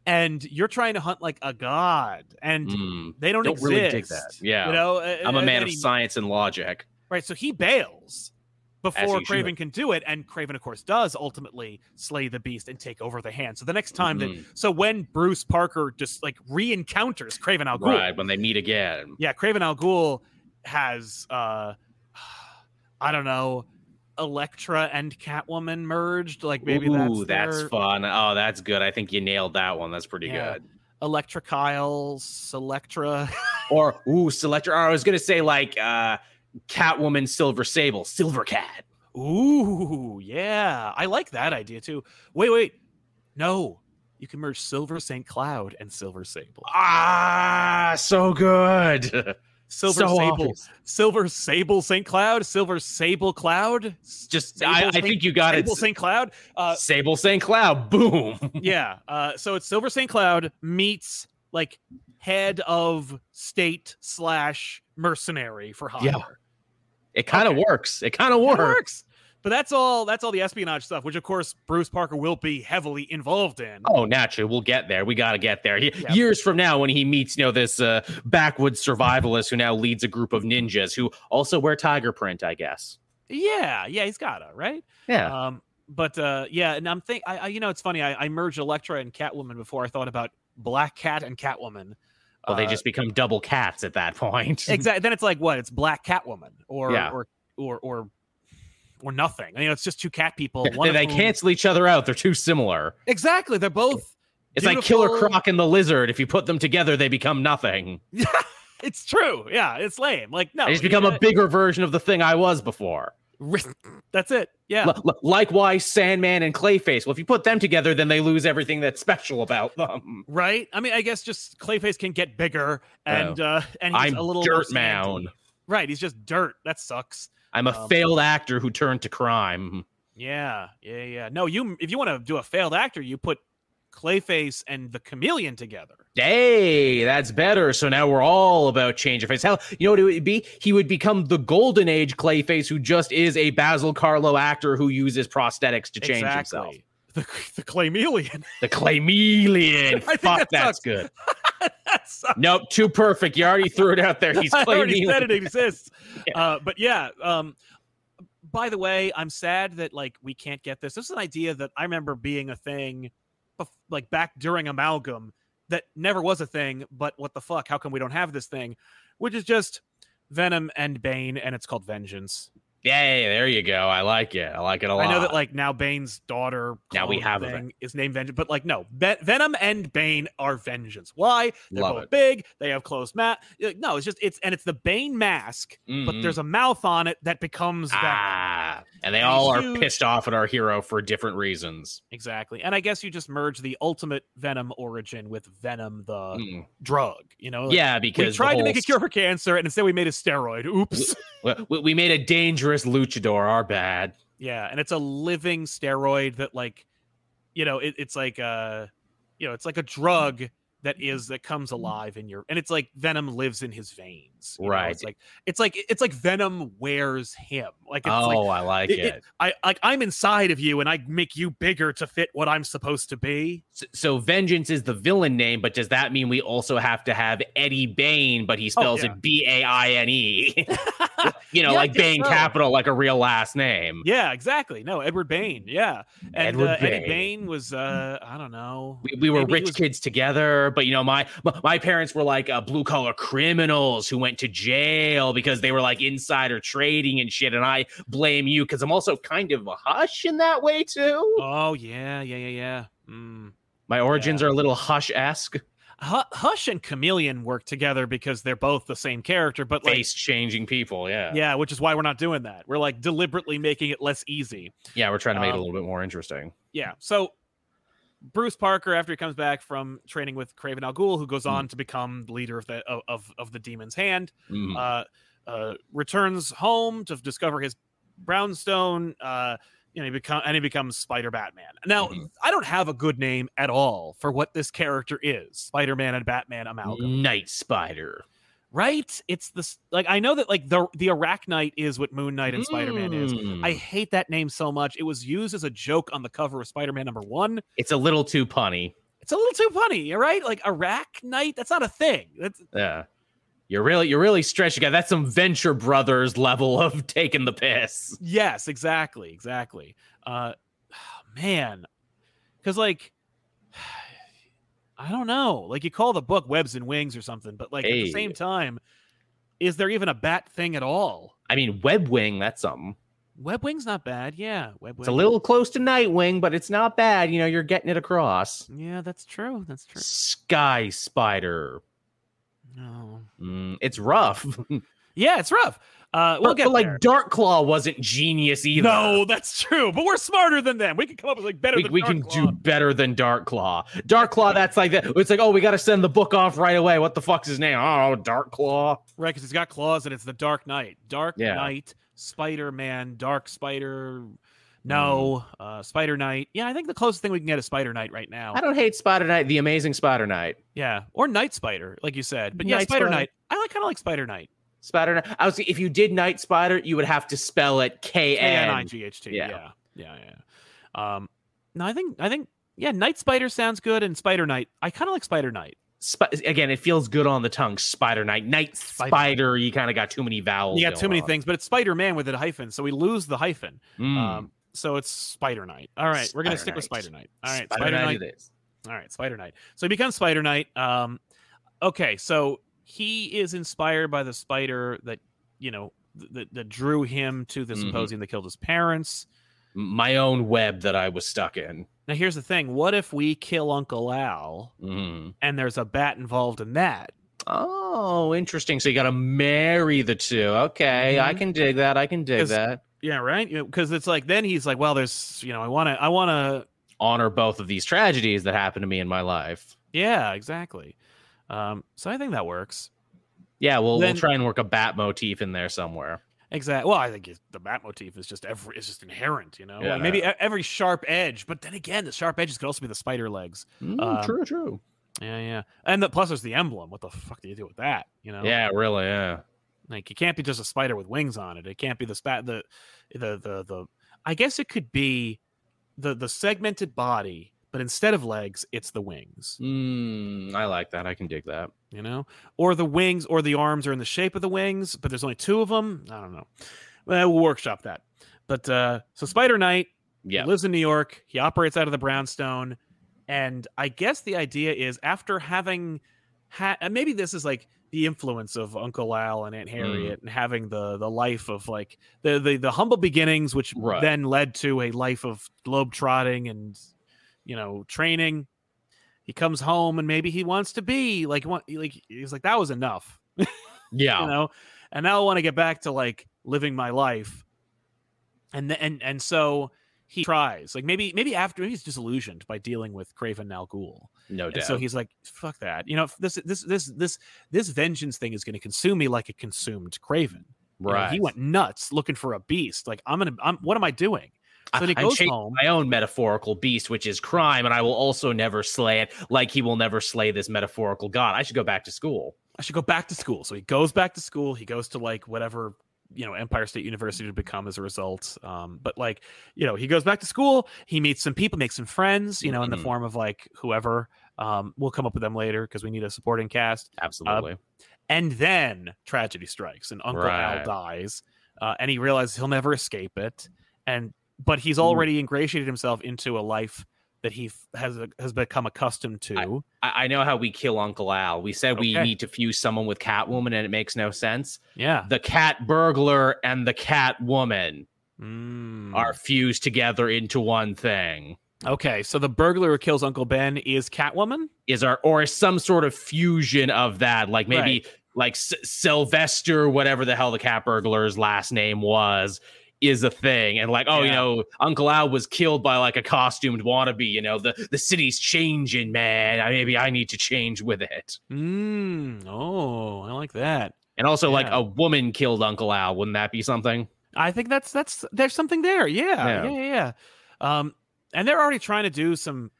A: and you're trying to hunt like a god, and
E: Mm.
A: they don't,
E: Don't
A: exist.
E: really dig that. Yeah.
A: you know,
E: I'm a man of
A: science.
E: science and logic.
A: Right, so he bails before
E: he should.
A: Craven can do it, and Craven, of course, does ultimately slay the beast and take over the hand. So the next time
E: Mhm.
A: that, so when Bruce Parker just like re-encounters Craven Al Ghul,
E: Right. When they meet again.
A: yeah, Craven Al Ghul has, uh I don't know, Elektra and Catwoman merged. Like maybe
E: Ooh,
A: that's, their-
E: fun. Oh, that's good. I think you nailed that one. That's pretty
A: Yeah.
E: good.
A: Elektra Kyle, Selectra.
E: Or ooh, Selectra. or I was gonna say like uh Catwoman Silver Sable, Silver Cat.
A: Ooh, yeah. I like that idea too. Wait, wait. No. You can merge Silver St. Cloud and Silver Sable.
E: Ah, so good.
A: Silver
E: so
A: Sable.
E: obvious.
A: Silver Sable St. Cloud, Silver Sable Cloud,
E: Just
A: Sable
E: I, I
A: Saint-
E: think you got
A: Sable
E: it.
A: St. Cloud. Uh
E: Sable St. Cloud. Boom.
A: yeah. Uh so it's Silver St. Cloud meets like head of state slash mercenary for hire.
E: Yeah. It kind of works. It kind of works.
A: It works. But that's all that's all the espionage stuff, which of course Bruce Parker will be heavily involved in.
E: Oh, naturally, we'll get there. We got to get there. He,
A: Yeah.
E: Years from now, when he meets, you know, this uh, backwoods survivalist who now leads a group of ninjas who also wear tiger print, I guess.
A: Yeah, yeah, he's gotta, right?
E: Yeah.
A: Um, but uh, yeah, and I'm think I, I, you know, it's funny. I, I merged Electra and Catwoman before I thought about Black Cat and Catwoman.
E: well, they
A: Uh,
E: just become double cats at that point.
A: exactly. Then it's like what? It's Black Catwoman or
E: Yeah.
A: or or or or nothing. You know, it's just two cat people.
E: They-
A: One of
E: they
A: whom-
E: cancel each other out. They're too similar.
A: exactly. They're both.
E: It's like Killer
A: Beautiful.
E: Croc and the Lizard. If you put them together, they become nothing.
A: It's true. Yeah, it's lame. Like no,
E: They just
A: you
E: become a
A: know,
E: bigger version of the thing I was before.
A: That's it. Yeah.
E: Li- li- likewise, Sandman and Clayface. Well, if you put them together, then they lose everything that's special about them.
A: Right? I mean, I guess just Clayface can get bigger and uh and he's
E: Oh. I'm
A: a little more
E: Dirt
A: scanty.
E: Mound.
A: Right, he's just dirt. That sucks.
E: I'm a
A: Um,
E: failed actor who turned to crime.
A: Yeah, yeah, yeah. No, you if you want to do a failed actor, you put Clayface and the Chameleon together.
E: Hey, that's better. So now we're all about change of face. Hell, you know what it would be? He would become the golden age Clayface, who just is a Basil Carlo actor who uses prosthetics to change himself.
A: The, the Claymelion.
E: The Claymelion.
A: I think
E: Fuck,
A: that sucks.
E: that's good.
A: That's
E: Nope, too perfect. You already threw it out there. He's
A: I already said it
E: Claymelion.
A: exists. uh, but yeah, um, by the way, I'm sad that like we can't get this. This is an idea that I remember being a thing, bef- like back during amalgam, that never was a thing. But what the fuck? How come we don't have this thing? Which is just Venom and Bane, and it's called Vengeance.
E: Yay, there you go. I like it. I like it a lot.
A: I know that like now Bane's daughter
E: Now we
A: clone
E: have a
A: thing is named Vengeance, but like no, Ve- Venom and Bane are Vengeance. Why? They're
E: Love
A: both
E: it.
A: big. They have closed mouth. No, it's just it's and it's the Bane mask, but
E: Mhm.
A: there's a mouth on it that becomes Venom.
E: ah, and they all are
A: He's huge.
E: pissed off at our hero for different reasons.
A: Exactly. And I guess you just merge the ultimate Venom origin with Venom the
E: Mm.
A: drug, you know? like,
E: yeah, because
A: we
E: the
A: tried to
E: whole
A: make a cure for cancer and instead we made a steroid. Oops.
E: s- We, we made a dangerous luchador. Our bad.
A: yeah, and it's a living steroid that like you know, it, it's like uh you know, it's like a drug that
E: Mm-hmm.
A: is that comes alive in your and it's like Venom lives in his veins. you know?
E: Right.
A: It's like it's like it's like Venom wears him. Like it's
E: Oh,
A: like
E: I like
A: it-
E: it.
A: it- I like I'm inside of you and I make you bigger to fit what I'm supposed to be.
E: S- so vengeance is the villain name, but does that mean we also have to have Eddie Bain, but he spells
A: Oh, yeah.
E: it B A I N E? You know,
A: Yeah, I
E: like
A: guess
E: Bain
A: so.
E: capital, like a real last name.
A: Yeah, exactly. No, Edward Bain. Yeah, and
E: Mm-hmm. Edward
A: uh, Eddie
E: Bain.
A: Bain was uh, I don't know.
E: We, we were
A: Maybe he
E: rich
A: was-
E: kids together, but you know, my my- my parents were like uh, blue collar criminals who went to jail because they were like insider trading and shit. And I blame you because I'm also kind of a hush in that way too.
A: Oh yeah, yeah, yeah, yeah. Mm.
E: my origins are a little hush esque,
A: Hu- Hush and Chameleon work together because they're both the same character, but like.
E: face changing people. Yeah. yeah,
A: Yeah, which is why we're not doing that. We're like deliberately making it less easy.
E: We're trying to make it
A: Um,
E: a little bit more interesting.
A: Yeah. So Bruce Parker, after he comes back from training with Craven Al Ghul, who goes on to become the leader of the of- of, of the Demon's Hand,
E: Mm.
A: uh, uh, returns home to discover his brownstone. Uh, you know, he become and he becomes Spider Batman. Now,
E: Mhm.
A: I don't have a good name at all for what this character is. Spider Man and Batman amalgam,
E: Night Spider.
A: right? It's this like I know that like the the Arachnite is what Moon Knight and Spider Man is.
E: Mm.
A: I hate that name so much. It was used as a joke on the cover of Spider Man number one.
E: It's a little too punny.
A: It's a little too funny, right? Like Arachnite, that's not a thing. That's
E: Yeah. You're really you're really stretching out. That's some Venture Brothers level of taking the piss.
A: Yes, exactly, exactly. Uh, man, because like, I don't know. Like, you call the book "Webs and Wings" or something, but like at the
E: Hey.
A: same time, is there even a bat thing at all?
E: I mean, Webwing, that's something.
A: Web wings not bad, yeah. Web
E: It's a little close to Nightwing, but it's not bad. You know, you're getting it across.
A: yeah, that's true. That's true.
E: Sky Spider.
A: No,
E: Mm, it's rough.
A: Oh. yeah, it's rough. Uh, we'll
E: but,
A: get
E: but, like
A: there.
E: Dark Claw wasn't genius either.
A: No, that's true. But we're smarter than them. We can come up with like better.
E: we,
A: than
E: we
A: Dark
E: can
A: Claw.
E: do better than Dark Claw. Dark Claw, that's like that. It's like, oh, we got to send the book off right away. What the fuck's his name? Oh, Dark Claw.
A: Right, because he's got claws and it's the Dark Knight. Dark
E: Yeah. Mm.
A: Knight, Spider Man, Dark Spider. No, uh, Spider Knight. Yeah, I think the closest thing we can get is Spider Knight right now.
E: I don't hate Spider Knight, the amazing Spider Knight.
A: Yeah, or Night Spider, like you said. But yeah,
E: Night
A: Spider
E: Spider.
A: Knight. I like kind of like Spider Knight.
E: Spider Knight. I was if you did Night Spider, you would have to spell it K
A: K N I
E: N.
A: G H T.
E: yeah.
A: Yeah, yeah, yeah. Um, no, I think I think yeah, Night Spider sounds good, and Spider Knight. I kind of like Spider Knight.
E: Sp- again, it feels good on the tongue. Spider Knight, Night
A: Spider.
E: Spider. You kind of got too many vowels.
A: You got too
E: going
A: many
E: on.
A: things, but it's Spider Man with a hyphen, so we lose the hyphen.
E: Mm.
A: Um, so it's Spider Knight. All right, we're gonna stick
E: Spider
A: with
E: Knight.
A: Spider Knight. All right,
E: Spider Knight. it is.
A: All right, Spider Knight. So he becomes Spider Knight. Um, okay, so he is inspired by the spider that you know th- that, that drew him to the
E: Mhm.
A: symposium that killed his parents.
E: My own web that I was stuck in.
A: Now here's the thing: what if we kill Uncle Al
E: Mm.
A: and there's a bat involved in that?
E: Oh, interesting. So you got to marry the two. Okay, I
A: Mhm.
E: can dig that. I can dig
A: 'Cause-
E: that.
A: Yeah, right. Because it's like then he's like, well, there's you know, I want to, I want to.
E: Honor both of these tragedies that happened to me in my life.
A: Yeah, exactly. Um, so I think that works.
E: Yeah, we'll,
A: Then-
E: we'll try and work a bat motif in there somewhere.
A: Exactly. Well, I think it's- the bat motif is just every is just inherent, you know. Like
E: Yeah.
A: maybe e- every sharp edge, but then again, the sharp edges could also be the spider legs.
E: Mm,
A: Um,
E: true, true.
A: Yeah, yeah. And the, plus, there's the emblem. What the fuck do you do with that? You know,
E: Yeah, really. Yeah.
A: Like, it can't be just a spider with wings on it. It can't be the spat. The, the, the, the. I guess it could be the the segmented body, but instead of legs, it's the wings.
E: Mm, I like that. I can dig that.
A: You know, or the wings or the arms are in the shape of the wings, but there's only two of them. I don't know. Well, we'll workshop that. But uh so Spider Knight
E: Yeah.
A: He lives in New York. He operates out of the brownstone. And I guess the idea is after having had maybe this is like the influence of Uncle Al and Aunt
E: Hmm.
A: Harriet and having the the life of like the the, the humble beginnings, which
E: Right.
A: then led to a life of globetrotting and you know training. He comes home and maybe he wants to be like what like he's like that was enough
E: Yeah.
A: you know and now i want to get back to like living my life and th- and and so he tries like maybe maybe after maybe he's disillusioned by dealing with Craven Al Ghul.
E: No
A: And
E: doubt.
A: so he's like, "Fuck that!" You know, if this this this this this vengeance thing is going to consume me like it consumed Craven. You know,
E: right.
A: he went nuts looking for a beast. Like I'm gonna, I'm what am I doing? So then he
E: I- I'm
A: goes
E: chasing
A: home.
E: my own metaphorical beast, which is crime, and I will also never slay it, like he will never slay this metaphorical god. I should go back to school.
A: I should go back to school. So he goes back to school. He goes to like whatever you know Empire State University to become as a result. Um, but like you know, he goes back to school. He meets some people, makes some friends. You know, in the
E: Mhm.
A: form of like whoever. Um, we'll come up with them later because we need a supporting cast.
E: Absolutely.
A: And then tragedy strikes, and Uncle
E: Right.
A: Al dies, uh, and he realizes he'll never escape it. And but he's
E: Mm.
A: already ingratiated himself into a life that he f- has uh, has become accustomed to.
E: I, I know how we kill Uncle Al. We said we
A: Okay.
E: need to fuse someone with Catwoman, and it makes no sense.
A: yeah,
E: The cat burglar and the Catwoman
A: Mm.
E: are fused together into one thing.
A: okay. So the burglar who kills Uncle Ben is Catwoman.
E: Is our or is some sort of fusion of that, like maybe like S- Sylvester, whatever the hell the cat burglar's last name was, is a thing. And like, oh, you
A: Yeah.
E: know, Uncle Al was killed by like a costumed wannabe. You know, the the city's changing, man. I, maybe I need to change with it.
A: Mm. Oh, I like that.
E: And also, like
A: Yeah.
E: a woman killed Uncle Al. Wouldn't that be something?
A: I think that's that's there's something there. Yeah,
E: Yeah.
A: yeah, yeah. yeah. Um, and they're already trying to do some,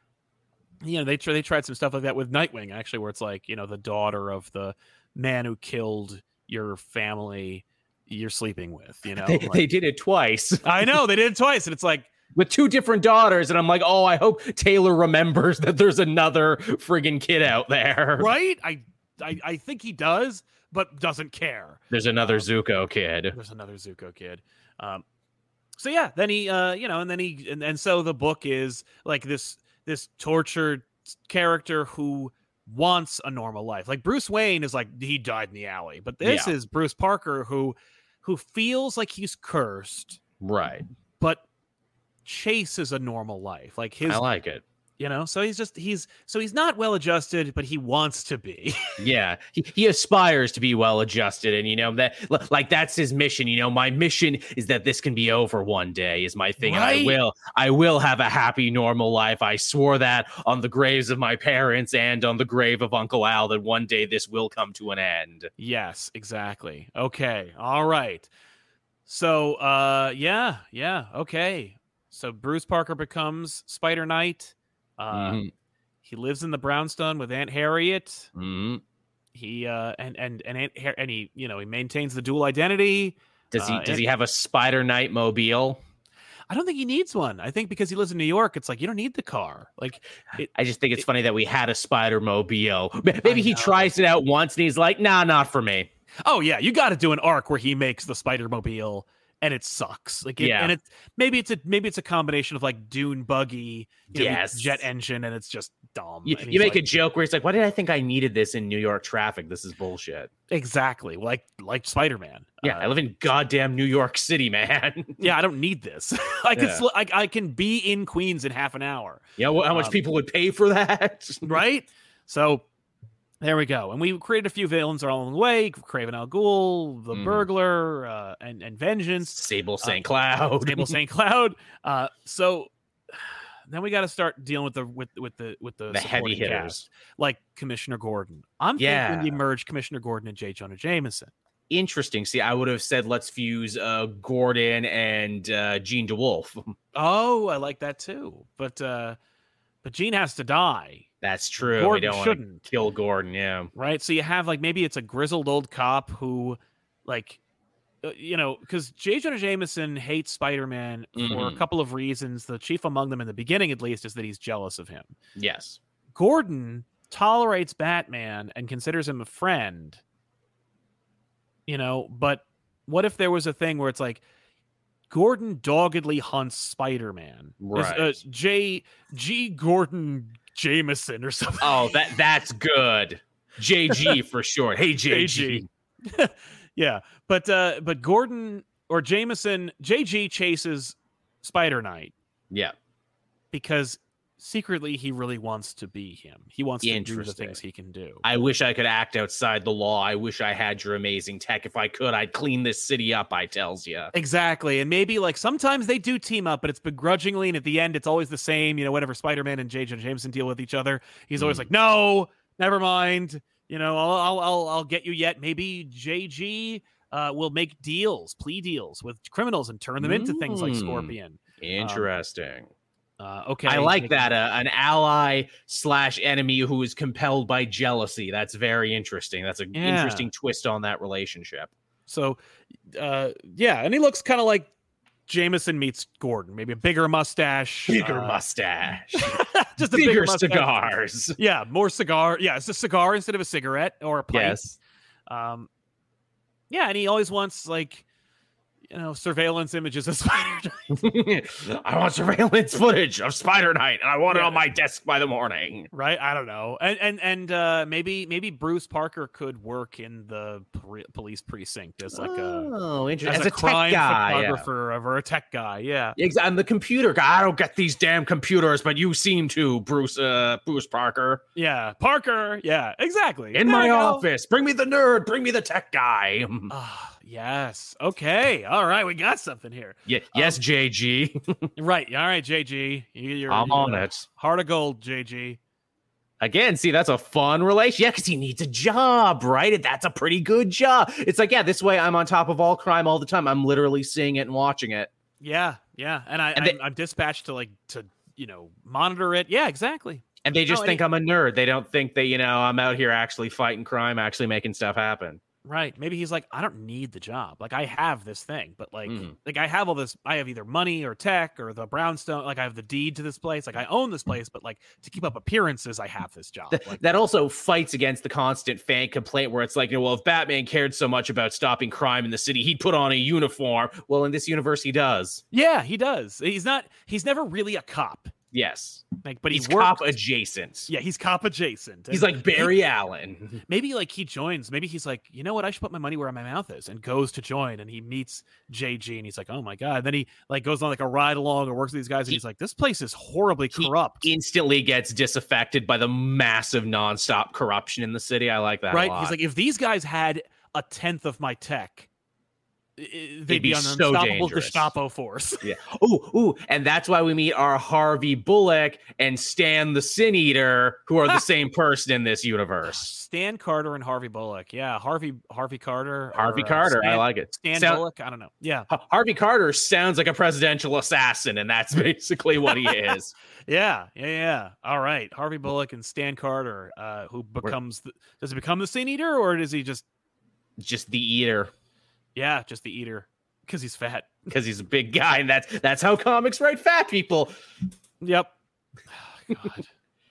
A: you know, they tr- they tried some stuff like that with Nightwing actually, where it's like you know the daughter of the man who killed your family you're sleeping with. You know,
E: they,
A: like-
E: they did it twice
A: I know they did it twice, and it's like
E: with two different daughters. And I'm like, oh, I hope Taylor remembers that there's another friggin' kid out there.
A: right. I I, I think he does, but doesn't care.
E: There's another Zuko kid.
A: There's another Zuko kid. Um, so yeah, then he, uh, you know, and then he, and, and so the book is like this this tortured character who wants a normal life. Like Bruce Wayne is like he died in the alley, but this is Bruce Parker who who feels like he's cursed,
E: Right.
A: but chases a normal life. Like his,
E: I like it.
A: you know, so he's just he's so he's not well adjusted, but he wants to be.
E: Yeah, he, he aspires to be well adjusted, and you know that li- like that's his mission. You know, my mission is that this can be over one day. Is my thing. and I
A: Right.
E: will. I will have a happy, normal life. I swore that on the graves of my parents and on the grave of Uncle Al that one day this will come to an end.
A: Yes, exactly. Okay. All right. So, uh yeah, yeah, okay. So Bruce Parker becomes Spider Knight. Uh
E: Mhm.
A: he lives in the brownstone with Aunt Harriet.
E: Mhm.
A: He uh and and and Aunt Har- and he, you know, he maintains the dual identity.
E: Does he?
A: Uh,
E: does
A: it-
E: he have a Spider Knight mobile?
A: I don't think he needs one. I think because he lives in New York, it's like you don't need the car. Like
E: I just think it's funny that we had a Spider mobile. Maybe he
A: know.
E: tries it out once and he's like, "Nah, not for me."
A: Oh yeah, you got to do an arc where he makes the Spider Mobile, and it sucks. Like, it,
E: Yeah.
A: and it's maybe it's a maybe it's a combination of like Dune buggy, you know,
E: Yes.
A: jet engine, and it's just dumb.
E: You,
A: And
E: you
A: he's
E: make a
A: like,
E: joke where it's like, "Why did I think I needed this in New York traffic? This is bullshit."
A: exactly like like Spider Man.
E: Yeah, I live in goddamn New York City, man.
A: Uh, yeah, I don't need this. I can
E: Yeah.
A: sl- I, I can be in Queens in half an hour,
E: yeah, wh- how much
A: Um,
E: people would pay for that?
A: right? So there we go. And we created a few villains along the way: Craven Al Ghul, the
E: Mhm.
A: Burglar, uh, and and Vengeance.
E: Sable
A: Oh,
E: St. Cloud.
A: Table St. Cloud. Uh, so then we got to start dealing with the with with the with the,
E: the heavy
A: supporting cast,
E: hitters.
A: like Commissioner Gordon. I'm
E: Yeah.
A: thinking you merge Commissioner Gordon and J. Jonah Jameson.
E: Interesting. See, I would have said let's fuse uh, Gordon and uh, Gene DeWolf.
A: Oh, I like that too. But uh, but Gene has to die,
E: That's true. we
A: Gordon
E: don't want
A: shouldn't.
E: to kill Gordon. Yeah.
A: right? So you have like maybe it's a grizzled old cop who, like, uh, you know, because J. Jonah Jameson hates Spider Man for a
E: Mhm.
A: couple of reasons. The chief among them, in the beginning at least, is that he's jealous of him.
E: Yes.
A: Gordon tolerates Batman and considers him a friend. You know, but what if there was a thing where it's like Gordon doggedly hunts Spider Man? Uh,
E: Right.
A: J. G. Gordon Jameson or something.
E: Oh, that that's good. JG for short. Hey, JG.
A: JG. yeah. But uh but Gordon or Jameson, JG chases Spider Knight
E: Yeah.
A: because secretly he really wants to be him. He wants to do the
E: Interesting.
A: things he can do.
E: I wish I could act outside the law. I wish I had your amazing tech. If I could, I'd clean this city up. I tells ya.
A: Um, Exactly. And maybe like sometimes they do team up, but it's begrudgingly. And at the end, it's always the same. You know, whenever Spider Man and J. Jonah Jameson deal with each other, he's always
E: Mm.
A: like, no, never mind. You know, I'll, I'll, I'll, I'll get you yet. Maybe JG uh, will make deals, plea deals with criminals and turn them into things like
E: Mm.
A: Scorpion.
E: Interesting.
A: Uh, okay.
E: I like
A: making-
E: that. Uh, an ally slash enemy who is compelled by jealousy. That's very interesting. That's an
A: Yeah.
E: interesting twist on that relationship.
A: So, uh, yeah. And he looks kind of like Jameson meets Gordon, maybe a bigger mustache,
E: Bigger
A: uh,
E: mustache,
A: just a
E: bigger,
A: mustache.
E: cigars.
A: Yeah, more cigar. Yeah, it's a cigar instead of a cigarette or a pipe.
E: Yes.
A: Um, yeah, and he always wants like you know surveillance images of Spider.
E: I want surveillance footage of Spider Knight, and I want it
A: Yeah.
E: on my desk by the morning.
A: right? I don't know. And and and uh, maybe maybe Bruce Parker could work in the pre- police precinct as like a
E: oh,
A: as,
E: interesting.
A: a, crime
E: yeah.
A: photographer or a tech guy. Yeah.
E: Ex- I'm the computer guy. I don't get these damn computers, but you seem to, Bruce. Uh, Bruce Parker,
A: Yeah, Parker. Yeah, exactly.
E: in
A: There
E: my
A: you go.
E: office. Bring me the nerd. Bring me the tech guy.
A: Ah, yes. Okay. All right, we got something here.
E: Ye- yes, JG.
A: Right. All right, JG. You, you're,
E: I'm
A: you're
E: on
A: a
E: it
A: Heart of gold, JG.
E: again. See, that's a fun relation. Yeah, because he needs a job, right? That's a pretty good job. It's like, yeah, this way I'm on top of all crime all the time. I'm literally seeing it and watching it.
A: Yeah, yeah, and I
E: And they-
A: I'm, I'm dispatched to like to you know monitor it. Yeah, exactly.
E: And they just
A: No,
E: think I'm a nerd. They don't think that you know I'm out here actually fighting crime, actually making stuff happen.
A: Right. Maybe he's like, I don't need the job. Like I have this thing, but like
E: Mhm.
A: like I have all this. I have either money or tech or the brownstone. Like I have the deed to this place. Like I own this place, but like to keep up appearances, I have this job.
E: Th-
A: Like,
E: that also fights against the constant fan complaint where it's like, you know, well, if Batman cared so much about stopping crime in the city, he'd put on a uniform. Well, in this universe, he does.
A: yeah, he does. He's not. He's never really a cop.
E: Yes,
A: Like, but
E: he's
A: he works.
E: cop adjacent.
A: yeah, he's cop adjacent.
E: He's
A: and
E: like Barry Allen.
A: maybe like he joins. Maybe he's like, you know what? I should put my money where my mouth is, and goes to join. And he meets JG, and he's like, oh my god. Then he like goes on like a ride along or works with these guys, and
E: He-
A: he's like, this place is horribly
E: he
A: corrupt.
E: Instantly gets disaffected by the massive nonstop corruption in the city. I like that. a
A: right?
E: lot.
A: He's like, if these guys had a tenth of my tech, i- i- they'd be
E: be
A: on an
E: so
A: unstoppable
E: dangerous.
A: Gestapo force.
E: Ooh, ooh, and that's why we meet our Harvey Bullock and Stan the Sin Eater, who are the same person in this universe.
A: Stan Carter and Harvey Bullock. Yeah, Harvey Harvey Carter.
E: Harvey
A: or, uh,
E: Carter, I
A: Stan-
E: like it.
A: Stan
E: Sound-
A: Bullock. I don't know. Yeah,
E: H- Harvey Carter sounds like a presidential assassin, and that's basically what he is.
A: yeah, yeah, yeah. All right, Harvey Bullock and Stan Carter, uh, who becomes the, does he become the scene eater or does he just
E: Just the eater,
A: Yeah, just the eater because he's fat.
E: because he's a big guy, and that's that's how comics write fat people.
A: Yep. God.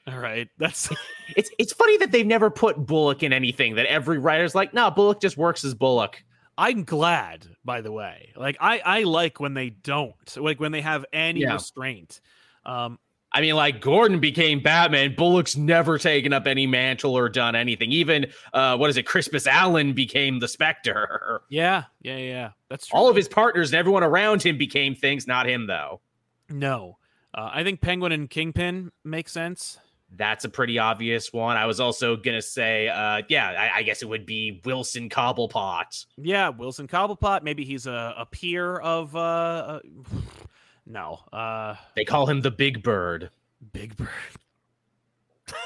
A: All right. That's
E: It's it's funny that they've never put Bullock in anything. That every writer's like, nah, Bullock just works as Bullock.
A: I'm glad, by the way. Like I I like when they don't. Like when they have any
E: Yeah.
A: restraint. Um
E: I mean, like Gordon became Batman. Bullock's never taken up any mantle or done anything. Even uh, what is it? Crispus Allen became the Spectre.
A: yeah, yeah, yeah. That's true.
E: All of his partners and everyone around him became things, not him though.
A: no. Uh, I think Penguin and Kingpin make sense.
E: That's a pretty obvious one. I was also gonna say, uh, yeah, I, I guess it would be Wilson Cobblepot.
A: Yeah, Wilson Cobblepot. Maybe he's a, a peer of uh, uh no. Uh
E: They call him the Big Bird
A: Big Bird.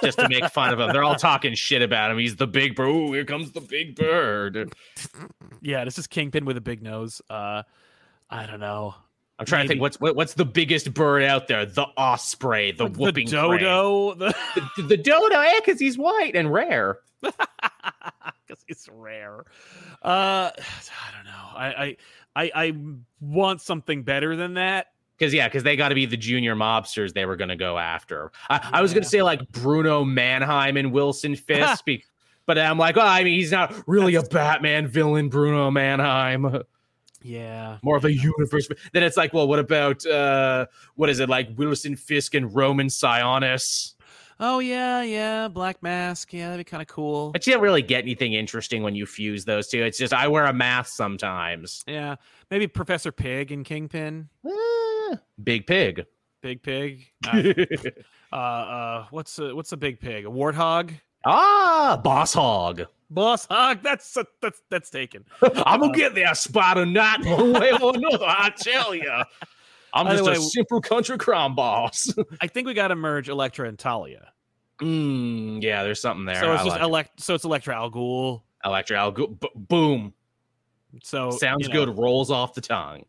E: just to make fun of him. They're all talking shit about him. He's the Big Bird. Ooh, here comes the Big Bird.
A: Yeah, this is Kingpin with a big nose. Uh I don't know.
E: I'm trying to
A: Maybe.
E: think what's what, what's the biggest bird out there? The osprey, the
A: Like
E: whooping crane.
A: dodo, the
E: the, the dodo, yeah, because he's white and rare.
A: because it's rare. Uh, I don't know. I, I I I want something better than that.
E: Because yeah, because they got to be the junior mobsters they were going to go after. I, I was going
A: Yeah.
E: to say like Bruno Mannheim and Wilson Fisk, be- but I'm like, well, I mean, he's not really a Batman villain, Bruno Mannheim.
A: Yeah.
E: More of a universe. Then it's like, well, what about uh what is it like Wilson Fisk and Roman Sionis?
A: Oh yeah, yeah. Black Mask. Yeah, that'd be kind of cool.
E: But you don't really get anything interesting when you fuse those two. It's just I wear a mask sometimes.
A: yeah, maybe Professor Pig and Kingpin.
E: Ah, Big pig.
A: Big pig. Uh, uh, uh, what's a, what's a big pig? A warthog?
E: ah, boss hog.
A: Boss hog. That's a, that's that's taken.
E: I'm gonna get there, Spider Knight, one way or another. I tell you, I'm
A: Either
E: just
A: way-
E: a simple country crime boss.
A: I think we got to merge Electra and Talia.
E: mm, yeah, there's something there.
A: so it's
E: I
A: just
E: like
A: elect. So it's Electra Al Ghul.
E: it. Electra Al Ghul. B- boom,
A: So
E: sounds
A: you know.
E: good. Rolls off the tongue.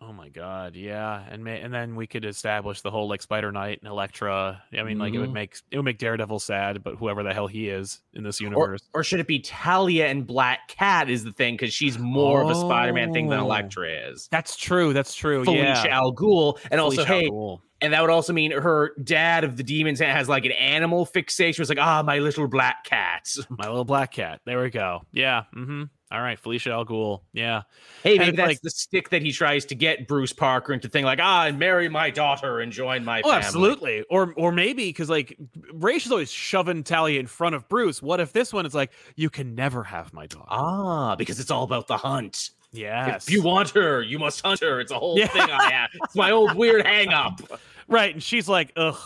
A: Oh my god, yeah, and ma- and then we could establish the whole like Spider Knight and Elektra. I mean, like it would
E: Mhm.
A: make it would make Daredevil sad, but whoever the hell he is in this universe,
E: Or should it be Talia and Black Cat is the thing because she's more of a Spider-Man thing than
A: Oh.
E: Electra is.
A: that's true. That's true.
E: Felicia
A: yeah,
E: Oh, Al Ghul, and also
A: Felicia
E: hey,
A: Al Ghul.
E: and that would also mean her dad of the demons has like an animal fixation. It's like ah, my little black cat.
A: my little black cat. There we go. Yeah. Mm-hmm. All right, Felicia Al Ghul. Yeah,
E: Hey,
A: And
E: maybe
A: it's
E: that's
A: like-
E: the stick that he tries to get Bruce Parker into thing like ah, and marry my daughter and join my
A: Oh,
E: family.
A: absolutely. Or or maybe because like Rachel's always shoving Talia in front of Bruce. What if this one is like, you can never have my dog?
E: Ah, because it's all about the hunt.
A: yes.
E: If you want her, you must hunt her. It's a whole
A: Yeah.
E: thing I have. It's my old weird hang up.
A: right. And she's like, ugh,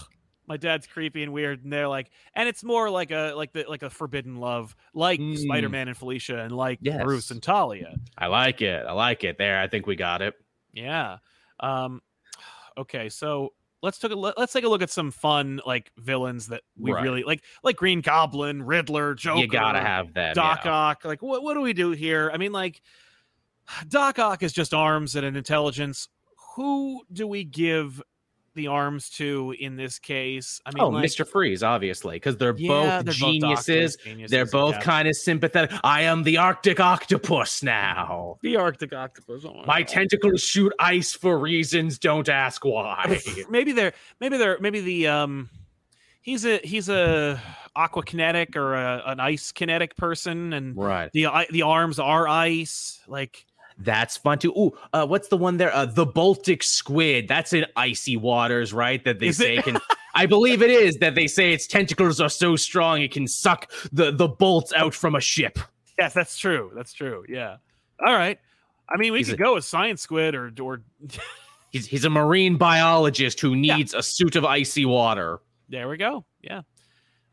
A: my dad's creepy and weird. And they're like, and it's more like a like the like a forbidden love, like
E: Mm.
A: Spider Man and Felicia, and like
E: Yes.
A: Bruce and Talia.
E: I like it. I like it. There, I think we got it.
A: Yeah. Um. Okay. So let's take a let, us take a look at some fun like villains that we
E: Right.
A: really like, like Green Goblin, Riddler, Joker.
E: you gotta have that.
A: Doc
E: yeah.
A: Ock. Like, what what do we do here? I mean, like, Doc Ock is just arms and an intelligence. Who do we give the arms to in this case? I mean,
E: oh,
A: like,
E: Mr. Freeze, obviously, because they're
A: yeah,
E: both
A: they're doctors,
E: geniuses.
A: geniuses,
E: they're both
A: yeah.
E: kind of sympathetic. I am the Arctic octopus now.
A: the Arctic octopus. oh
E: My
A: God.
E: tentacles shoot ice for reasons. Don't ask why.
A: maybe they're maybe they're maybe the um he's a he's a aquakinetic or a, an ice kinetic person and
E: right.
A: the i- the arms are ice like
E: That's fun too. Ooh, uh, what's the one there? Uh, the Baltic squid. That's in icy waters, right? That they
A: Is
E: say can. I believe it is that they say its tentacles are so strong it can suck the the bolts out from a ship.
A: Yes, that's true. That's true. Yeah. All right. I mean, we
E: He's
A: could
E: a-
A: go with Science Squid or or
E: He's, he's a marine biologist who
A: Yeah.
E: needs a suit of icy water.
A: there we go. Yeah.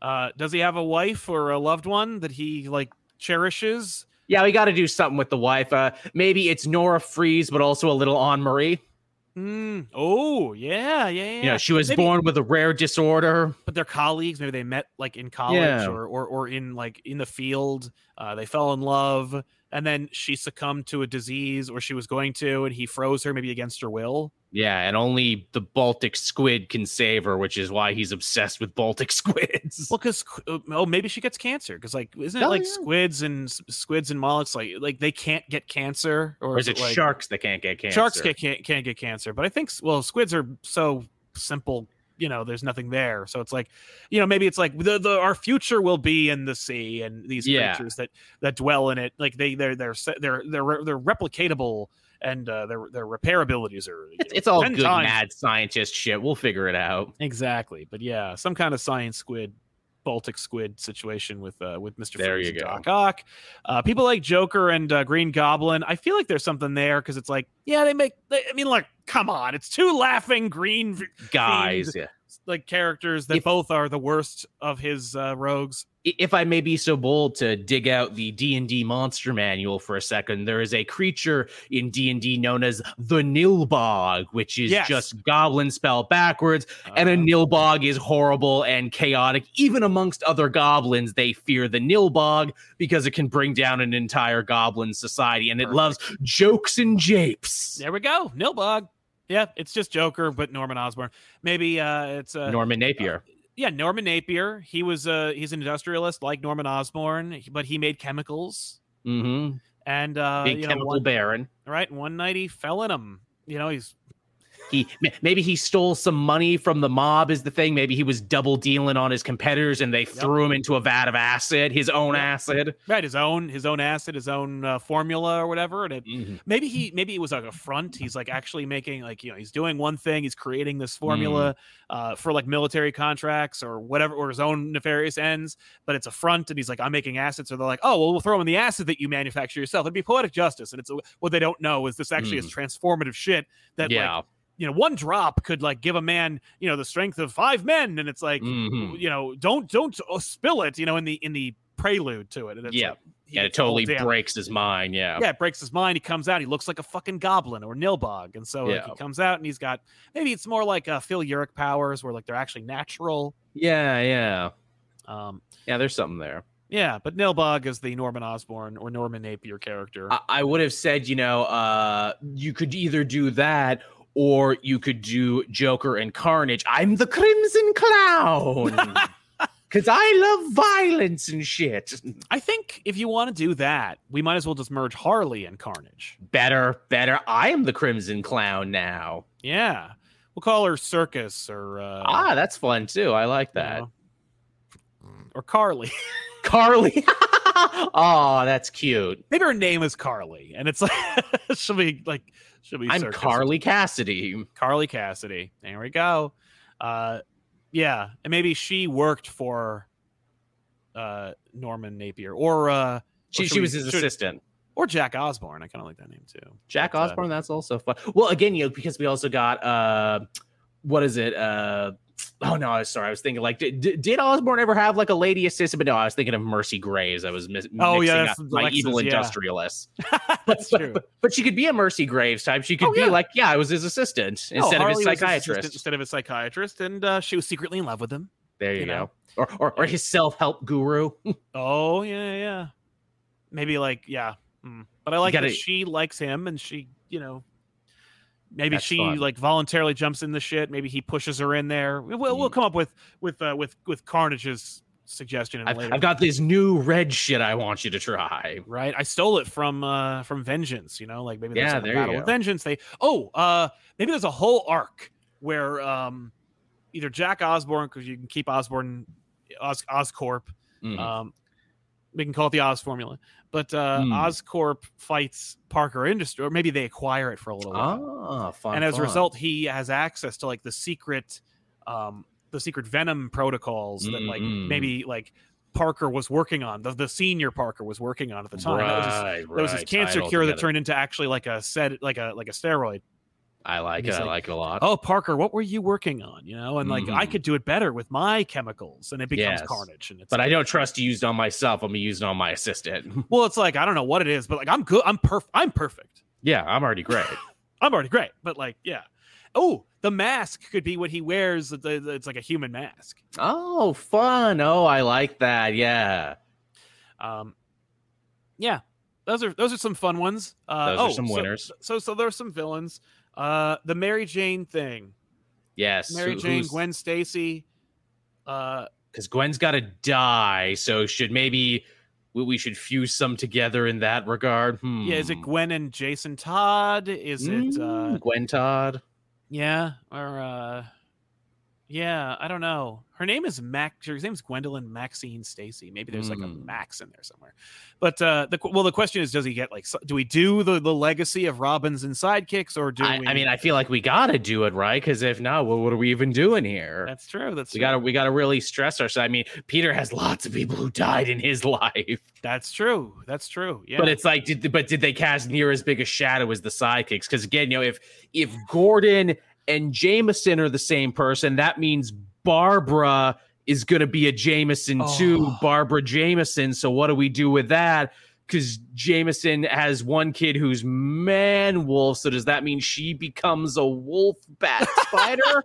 A: Uh, does he have a wife or a loved one that he like cherishes?
E: Yeah, we got to do something with the wife. Uh, maybe it's Nora Freeze, but also a little Anne Marie.
A: Mm. Oh, yeah, yeah, yeah.
E: You know, she was
A: Maybe-
E: born with a rare disorder.
A: but they're colleagues. Maybe they met like in college
E: Yeah.
A: or, or or in like in the field. Uh, they fell in love, and then she succumbed to a disease, or she was going to, and he froze her, maybe against her will.
E: Yeah, and only the Baltic squid can save her, which is why he's obsessed with Baltic squids.
A: Well, because oh, maybe she gets cancer. Because like, isn't it
E: Oh,
A: like
E: yeah.
A: squids and s- squids and mollusks like like they can't get cancer, or,
E: or is it
A: like,
E: sharks that can't get cancer?
A: Sharks get, can't can't get cancer, but I think s- well, squids are so simple. You know, there's nothing there, so it's like, you know, maybe it's like the, the our future will be in the sea and these
E: Yeah.
A: creatures that that dwell in it. Like they they're they're se- they're they're re- they're replicatable and uh, their their repair abilities are. you
E: It's,
A: know,
E: it's all
A: 10
E: good
A: times-
E: mad scientist shit. We'll figure it out.
A: Exactly, but yeah, some kind of science squid, Baltic squid situation with uh, with Mister
E: There
A: Freeze
E: you
A: and
E: go.
A: Doc Ock. Uh, people like Joker and uh, Green Goblin. I feel like there's something there because it's like, yeah, they make. They, I mean, like, come on, it's two laughing green v-
E: Guys, yeah.
A: like characters that
E: If-
A: both are the worst of his uh, rogues.
E: I- if I may be so bold to dig out the D&D monster manual for a second, there is a creature in D&D known as the Nilbog, which is
A: Yes.
E: just goblin spell backwards. And a
A: Uh,
E: Nilbog is horrible and chaotic. Even amongst other goblins, they fear the Nilbog because it can bring down an entire goblin society and it
A: Perfect.
E: loves jokes and japes.
A: there we go, Nilbog. Yeah, it's just Joker, but Norman Osborn. Maybe uh, it's uh,
E: Norman Napier.
A: yeah Norman Napier. He was uh, he's an industrialist like Norman Osborn, but he made chemicals.
E: Mm-hmm.
A: And uh,
E: Big
A: you know,
E: chemical
A: one,
E: baron.
A: right? One night he fell in him. You know, he's
E: He m- maybe he stole some money from the mob is the thing. Maybe he was double dealing on his competitors and they threw him into a vat of acid, his own
A: Yep.
E: acid.
A: right his own his own acid, his own uh, formula or whatever. And it
E: Mm-hmm.
A: maybe he maybe it was like a front. He's like actually making like you know he's doing one thing, he's creating this
E: Mm.
A: formula uh, for like military contracts or whatever or his own nefarious ends. But it's a front, and he's like I'm making acid. So they're like, oh well, we'll throw in the acid that you manufacture yourself. It'd be poetic justice. And it's what they don't know is this actually is transformative shit that like
E: Mm. yeah.
A: you know one drop could like give a man you know the strength of five men and it's like
E: Mhm.
A: you know don't don't uh, spill it you know in the in the prelude to it and it's
E: Yeah.
A: like, he
E: And it
A: gets the whole
E: totally
A: damn-
E: breaks his mind. Yeah.
A: yeah, it breaks his mind. He comes out. He looks like a fucking goblin or Nilbog. And so like,
E: Yeah.
A: he comes out and he's got maybe it's more like uh, Phil Uric powers where like they're actually natural.
E: Yeah. Yeah.
A: Um,
E: Yeah. There's something there.
A: yeah, but Nilbog is the Norman Osborn or Norman Napier character.
E: I, I would have said, you know, uh, you could either do that or you could do Joker and Carnage. I'm the Crimson Clown. Because I love violence and shit.
A: I think if you want to do that, we might as well just merge Harley and Carnage.
E: Better, better. I am the Crimson Clown now.
A: Yeah. We'll call her Circus or uh,
E: Ah, that's fun too. I like
A: you
E: that.
A: know, or Carly.
E: Carly. oh, that's cute.
A: Maybe her name is Carly, and it's like she'll be like she'll be.
E: I'm
A: Circus.
E: Carly Cassidy.
A: Carly Cassidy. There we go. Uh, yeah, and maybe she worked for uh, Norman Napier or uh,
E: She,
A: should
E: she
A: we-
E: was his
A: should-
E: assistant.
A: or Jack Osborne. I kind of like that name too.
E: Jack
A: But, uh,
E: Osborne, that's also fun. Well, again, you know, because we also got uh what is it? Uh oh no, I was sorry. I was thinking like did, did- did Osborne ever have like a lady assistant? But no, I was thinking of Mercy Graves. I was mis-
A: Oh,
E: mixing
A: yeah,
E: up
A: that's
E: my
A: Alexis,
E: evil
A: yeah.
E: industrialist.
A: That's
E: but,
A: true.
E: But, but she could be a Mercy Graves type. She could
A: Oh,
E: be
A: yeah.
E: like, yeah, I was his assistant
A: No,
E: instead of
A: Oh, Harley was his
E: his
A: assistant
E: psychiatrist.
A: instead of his psychiatrist, and uh, she was secretly in love with him.
E: there you,
A: you
E: go.
A: know.
E: Or, or or his self-help guru.
A: Oh yeah, yeah. Maybe like yeah, mm. but I like
E: gotta-
A: that she likes him, and she you know. Maybe
E: That's
A: she
E: fun.
A: like voluntarily jumps in the shit. Maybe he pushes her in there. We- We'll, we'll
E: Mm.
A: come up with with uh, with with Carnage's suggestion in a
E: I've,
A: later.
E: I've got this new red shit I want you to try.
A: right? I stole it from uh from Vengeance, you know, like maybe there's
E: Yeah,
A: like,
E: there
A: a
E: you
A: battle
E: go.
A: with Vengeance. They oh, uh maybe there's a whole arc where um either Jack Osborne because you can keep Osborne Oz Oscorp.
E: Mhm.
A: Um we can call it the Oz formula. But uh
E: Hmm.
A: Oscorp fights Parker Industry, or maybe they acquire it for a little while
E: ah, fun.
A: and as a
E: fun.
A: result he has access to like the secret um the secret venom protocols that like
E: Mm-mm.
A: maybe like parker was working on the, the senior parker was working on at the time that was his,
E: Right,
A: that was his
E: right,
A: cancer
E: tied
A: cure that
E: altogether.
A: turned into actually like a set like a like a steroid
E: I like
A: And
E: it.
A: he's
E: I
A: like,
E: like it a lot.
A: oh parker what were you working on you know and like i
E: Mm.
A: could do it better with my chemicals and it becomes
E: Yes.
A: carnage and it's
E: but I don't trust to use it on myself. I'm gonna use it on my assistant.
A: well it's like i don't know what it is but like i'm good i'm perf i'm perfect
E: yeah, I'm already great.
A: i'm already great but like yeah oh the mask could be what he wears the- the- it's like a human mask
E: oh, fun. Oh, I like that. Yeah.
A: Um, yeah, those are those are some fun ones. Uh,
E: Those
A: oh,
E: are some
A: so-
E: winners.
A: So, so there are some villains. Uh, the Mary Jane thing.
E: Yes.
A: Mary Jane, Gwen Stacy. Uh,
E: Because Gwen's gotta die, so should maybe we, we should fuse some together in that regard. Hmm.
A: yeah, is it Gwen and Jason Todd? Is it? Uh,
E: Mm, Gwen Todd?
A: yeah, or uh, yeah, I don't know. Her name is Max. Her name's Gwendolyn Maxine Stacy. Maybe there's like a
E: Mm.
A: Max in there somewhere. But uh, the qu- well, the question is, does he get like? s- Do we do the the legacy of Robbins and sidekicks, or do
E: I,
A: we?
E: I mean, I feel like we gotta do it right, because if not, what, what are we even doing here?
A: that's true. That's
E: we
A: true.
E: gotta we gotta really stress ourselves. I mean, Peter has lots of people who died in his life.
A: That's true. That's true. Yeah.
E: But it's like, did but did they cast near as big a shadow as the sidekicks? Because again, you know, if if Gordon and Jameson are the same person, that means Barbara is going to be a Jameson too,
A: Oh.
E: Barbara Jameson. So what do we do with that? Because Jameson has one kid who's man wolf. So does that mean she becomes a wolf bat spider?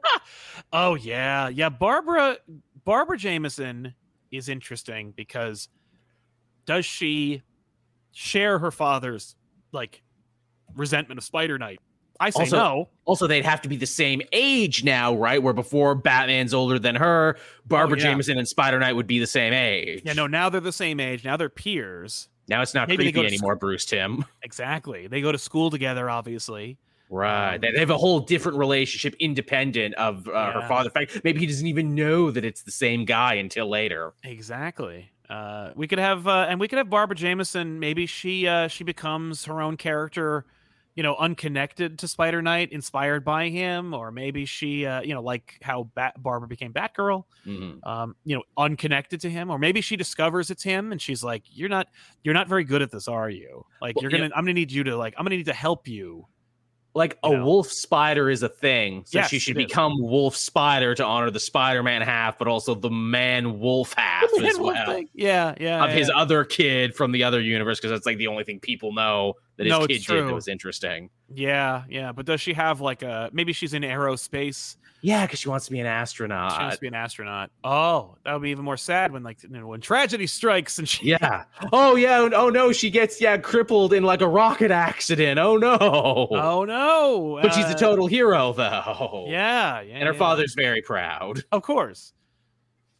A: oh yeah, yeah. Barbara Barbara Jameson is interesting because does she share her father's like resentment of Spider Knight? I say
E: Also-
A: no.
E: also, they'd have to be the same age now, right? Where before Batman's older than her, Barbara
A: Oh, yeah.
E: Jameson and Spider Knight would be the same age.
A: Yeah, no. Now they're the same age. Now they're peers.
E: Now it's not
A: Maybe they go
E: creepy
A: to
E: anymore, Bruce Tim.
A: Exactly. They go to school together, obviously.
E: Right.
A: Um,
E: they they have a whole different relationship independent of uh, her
A: Yeah.
E: father. In fact, maybe he doesn't even know that it's the same guy until later.
A: Exactly. Uh, we could have, uh, and we could have Barbara Jameson. Maybe she uh, she becomes her own character, you know, unconnected to Spider Knight, inspired by him, or maybe she, uh, you know, like how Bat- Barbara became Batgirl, um, you know, unconnected to him, or maybe she discovers it's him, and she's like, "You're not, you're not very good at this, are you? Like,
E: Well,
A: you're
E: you
A: gonna, I'm gonna need you to, like, I'm gonna need to help you."
E: like a
A: You know.
E: wolf spider is a thing. So
A: Yes,
E: she should
A: it is.
E: become wolf spider to honor the Spider Man half, but also the man wolf half as
A: Wolf
E: well
A: thing. Yeah, yeah.
E: of his
A: yeah.
E: other kid from the other universe because that's like the only thing people know that his
A: No, it's
E: kid did
A: true.
E: that was interesting.
A: Yeah, yeah. But does she have like a maybe she's in aerospace?
E: Yeah, because she wants to be an astronaut.
A: She wants to be an astronaut. Oh, that would be even more sad when like you know, when tragedy strikes and she
E: Yeah. Oh yeah. Oh no, she gets yeah crippled in like a rocket accident. Oh no.
A: Oh no.
E: but she's a
A: uh,
E: total hero though.
A: Yeah, yeah.
E: And her
A: yeah.
E: father's very proud.
A: Of course.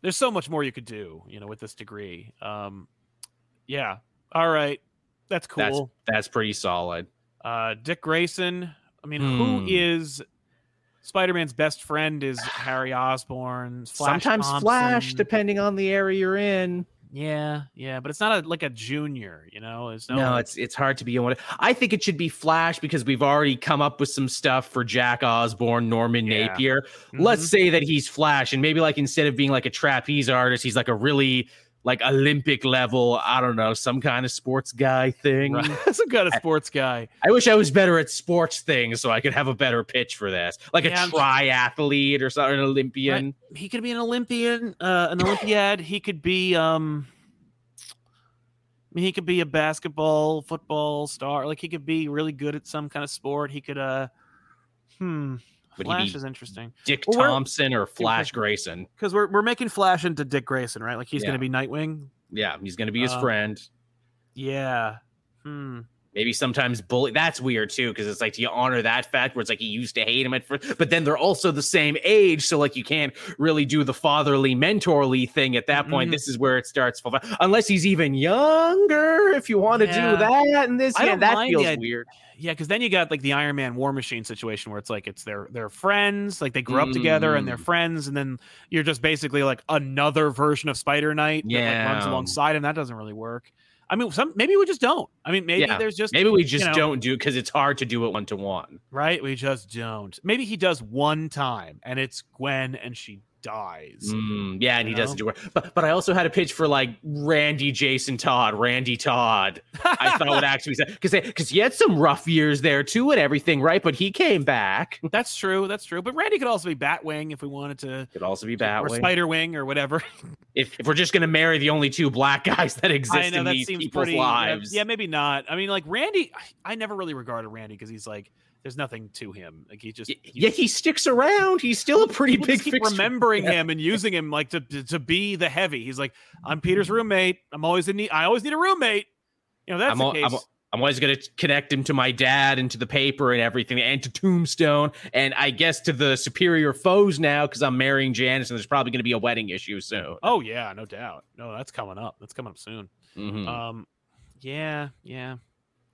A: There's so much more you could do, you know, with this degree. Um yeah. All right. That's cool.
E: That's pretty solid.
A: Uh Dick Grayson. I mean, who
E: Hmm.
A: is Spider-Man's best friend is Harry Osborn. Flash
E: Sometimes Flash,
A: Thompson.
E: depending on the area you're in.
A: Yeah, yeah, but it's not a, like a junior, you know. It's no,
E: No, it's it's hard to be one. I think it should be Flash because we've already come up with some stuff for Jack Osborne, Norman
A: Yeah.
E: Napier.
A: Mhm.
E: Let's say that he's Flash, and maybe like instead of being like a trapeze artist, he's like a really like Olympic level. I don't know, some kind of sports guy thing.
A: Right. some kind of sports guy.
E: I wish I was better at sports things so I could have a better pitch for this, like
A: Yeah,
E: a
A: I'm-
E: triathlete or something, an Olympian.
A: He could be an Olympian, uh, an Olympiad. He could be, um, I mean, he could be a basketball, football star. Like he could be really good at some kind of sport. He could, uh, hmm,
E: Would he
A: Flash
E: be-
A: is interesting
E: Dick
A: Well, we're-
E: Thompson or Flash Grayson.
A: because we're we're making Flash into Dick Grayson, right? Like he's
E: Yeah.
A: going to be Nightwing.
E: Yeah, he's gonna be his
A: Uh,
E: friend.
A: Yeah. Hmm.
E: Maybe sometimes bully. That's weird too, because it's like, do you honor that fact where it's like you used to hate him at first, but then they're also the same age, so like you can't really do the fatherly, mentorly thing at that point.
A: Mhm.
E: This is where it starts, fall- unless he's even younger. If you want to
A: Yeah.
E: do that, and this,
A: I
E: yeah,
A: don't
E: that
A: mind the
E: feels
A: idea.
E: weird.
A: Yeah, because then you got like the Iron Man War Machine situation where it's like it's their their friends, like they grew up together and they're
E: Mm.
A: friends, and then you're just basically like another version of Spider Knight that like, runs
E: Yeah.
A: alongside him. That doesn't really work. I mean, some maybe we just don't. I mean, maybe
E: Yeah,
A: there's just
E: Maybe we just
A: know.
E: don't do because it's hard to do it one to one.
A: right. We just don't. Maybe he does one time, and it's Gwen, and she dies.
E: Mm, yeah, and
A: You
E: he
A: know?
E: doesn't do work. But but I also had a pitch for like Randy Jason Todd, Randy Todd. I thought would actually say because because he had some rough years there too and everything, right? But he came back.
A: that's true. That's true. But Randy could also be Batwing if we wanted to,
E: Could also be that
A: or
E: way.
A: Spider Wing or whatever.
E: if, if we're just gonna marry the only two black guys that exist
A: I know
E: in
A: that
E: these
A: seems
E: people's
A: pretty. yeah,
E: lives,
A: Yeah, maybe not. I mean, like Randy, I, I never really regarded Randy because he's like, there's nothing to him. Like he just,
E: Y- yet he sticks around. He's still a pretty
A: people
E: big
A: just keep
E: fixture.
A: remembering him and using him like to, to to be the heavy. He's like, I'm Peter's roommate. I'm always in need. I always need a roommate. You know, that's
E: I'm
A: the
E: al-
A: case.
E: I'm al- I'm always going to connect him to my dad and to the paper and everything and to Tombstone and I guess to the superior foes now because I'm marrying Janice and there's probably going to be a wedding issue soon.
A: oh yeah, no doubt. No, that's coming up. That's coming up soon.
E: Mhm.
A: Um, yeah, yeah,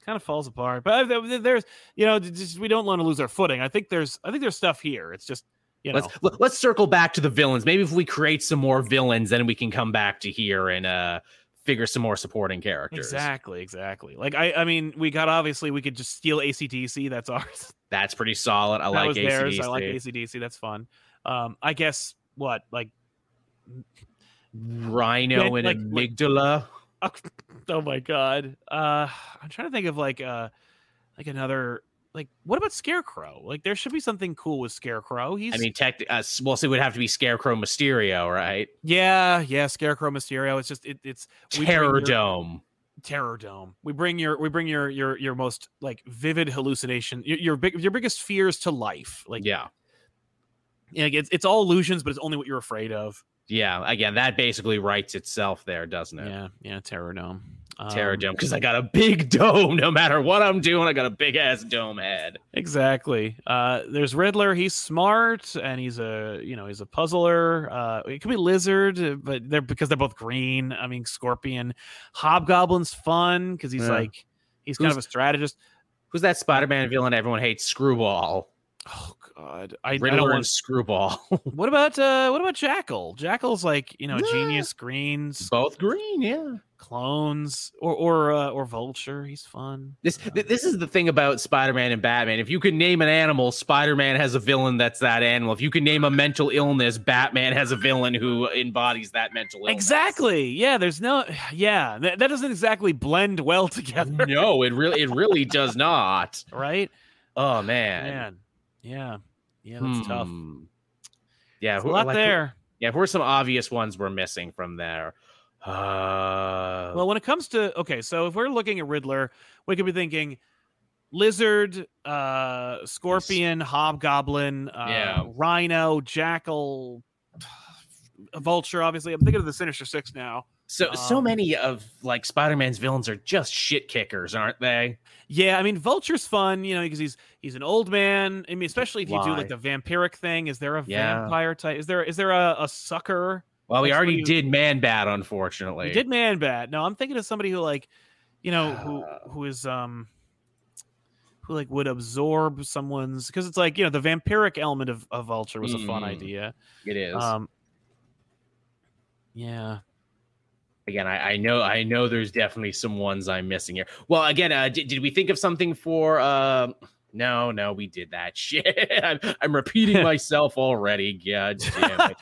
A: kind of falls apart. But I- there- there's, you know, just, we don't want to lose our footing. I think there's, I think there's stuff here. It's just, you know,
E: let's let- let's circle back to the villains. Maybe if we create some more villains, then we can come back to here and uh figure some more supporting characters.
A: Exactly, exactly. Like I, I mean, we got obviously we could just steal ACDC. That's ours.
E: That's pretty solid. I
A: that
E: like
A: was theirs.
E: ACDC.
A: I like ACDC. That's fun. Um, I guess what like
E: Rhino
A: Like-
E: and
A: like- like-
E: Amygdala.
A: oh my god. Uh, I'm trying to think of like uh like another like what about Scarecrow? Like there should be something cool with Scarecrow. He's
E: I mean, tech. Uh, s- well, so it would have to be Scarecrow, Mysterio, right?
A: yeah yeah Scarecrow Mysterio. It's just it, it's we bring
E: Terror
A: your-
E: Dome.
A: Terror Dome. We bring your we bring your your your most like vivid hallucination your your, big, your biggest fears to life. Like
E: yeah,
A: you know, it's, it's all illusions, but it's only what you're afraid of.
E: yeah. Again, that basically writes itself there, doesn't it?
A: Yeah, yeah, Terror Dome.
E: Terror
A: Um,
E: Dome, because I got a big dome. No matter what I'm doing, I got a big ass dome head.
A: Exactly. Uh, there's Riddler. He's smart, and he's a you know he's a puzzler. Uh, it could be Lizard, uh, but they're because they're both green. I mean, Scorpion, Hobgoblin's fun because he's
E: Yeah.
A: like he's kind of a strategist.
E: Who's that Spider-Man villain everyone hates? Screwball.
A: Oh God, I, I
E: Riddler
A: don't
E: and
A: want.
E: Screwball.
A: What about uh, what about Jackal? Jackal's like you know
E: Yeah.
A: genius greens
E: Both green, yeah.
A: clones or or uh, or Vulture. He's fun.
E: This th- this is the thing about Spider-Man and Batman. If you could name an animal, Spider-Man has a villain that's that animal. If you could name a mental illness, Batman has a villain who embodies that mental illness.
A: Exactly. Yeah. There's no. Yeah. That, that doesn't exactly blend well together,
E: No, it really it really does not.
A: right?
E: Oh man,
A: man. Yeah. Yeah, that's tough.
E: Hmm. Yeah,
A: There's a
E: who-
A: lot
E: like, who-
A: there.
E: Yeah, who are some obvious ones we're missing from there? Uh,
A: Well, when it comes to okay, so if we're looking at Riddler, we could be thinking lizard, uh, scorpion, hobgoblin, uh,
E: Yeah.
A: rhino, jackal, a vulture. Obviously, I'm thinking of the Sinister Six now.
E: so so
A: um,
E: many of like Spider-Man's villains are just shit kickers, aren't they?
A: Yeah, I mean, vulture's fun, you know, because he's he's an old man. I mean, especially if you do like
E: Why?
A: the vampiric thing. Is there a
E: Yeah.
A: vampire type? Is there is there a, a sucker?
E: Well, we
A: That's what
E: already
A: you-
E: did Man Bat, unfortunately.
A: We did man bat. No, I'm thinking of somebody who like, you know, who who is um who like would absorb someone's because it's like, you know, the vampiric element of, of vulture was a fun
E: Mm,
A: idea.
E: It is
A: Um Yeah.
E: again. I, I know. I know. There's definitely some ones I'm missing here. Well, again, uh, did, did we think of something for? Uh, no, no, we did that shit. I'm, I'm repeating myself already. God damn it.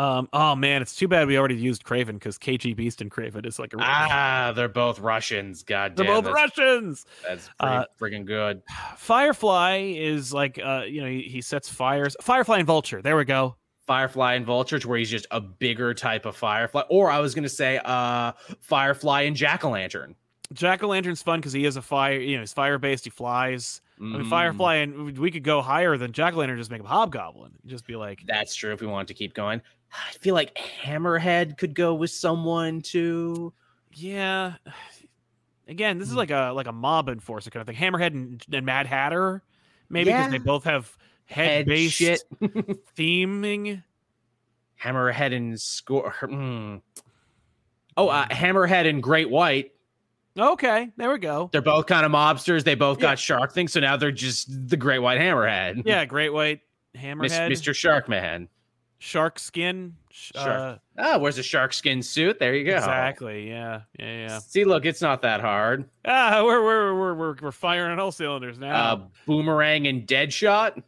A: Um oh man, it's too bad we already used Craven because KG Beast and Craven is like a
E: Ah, they're both Russians. God
A: they're
E: damn,
A: both
E: that's,
A: Russians.
E: that's pretty
A: Uh,
E: freaking good.
A: Firefly is like uh you know he, he sets fires. Firefly and Vulture. There we go.
E: Firefly and Vulture, to where he's just a bigger type of Firefly. Or I was gonna say, uh, Firefly and Jack o' Lantern.
A: Jack o' lantern's fun because he is a fire. You know he's fire based. He flies. I mean
E: Mm,
A: Firefly and we- we could go higher than Jack o' lantern. Just make him Hobgoblin. Just be like
E: That's true. If we wanted to keep going, I feel like Hammerhead could go with someone too.
A: yeah. Again,
E: Hmm.
A: this is like a like a mob enforcer kind of thing. Hammerhead and, and Mad Hatter, maybe because they
E: Yeah.
A: both have head based
E: shit.
A: theming.
E: Hammerhead and score. mm. Oh,
A: Mm.
E: uh, Hammerhead and Great White.
A: Okay, there we go.
E: They're both kind of mobsters. They both
A: Yeah.
E: got shark things, so now they're just the Great White Hammerhead.
A: Yeah, Great White
E: Mis-
A: Hammerhead,
E: Mr. Sharkman.
A: Shark Skin. Sh-
E: Shark-
A: uh,
E: Oh, where's a shark skin suit? There you go.
A: Exactly. Yeah. Yeah. Yeah.
E: See, look, it's not that hard.
A: Ah, we're we're we're we're, we're firing on all cylinders now.
E: Uh, boomerang and
A: Uh.
E: Deadshot,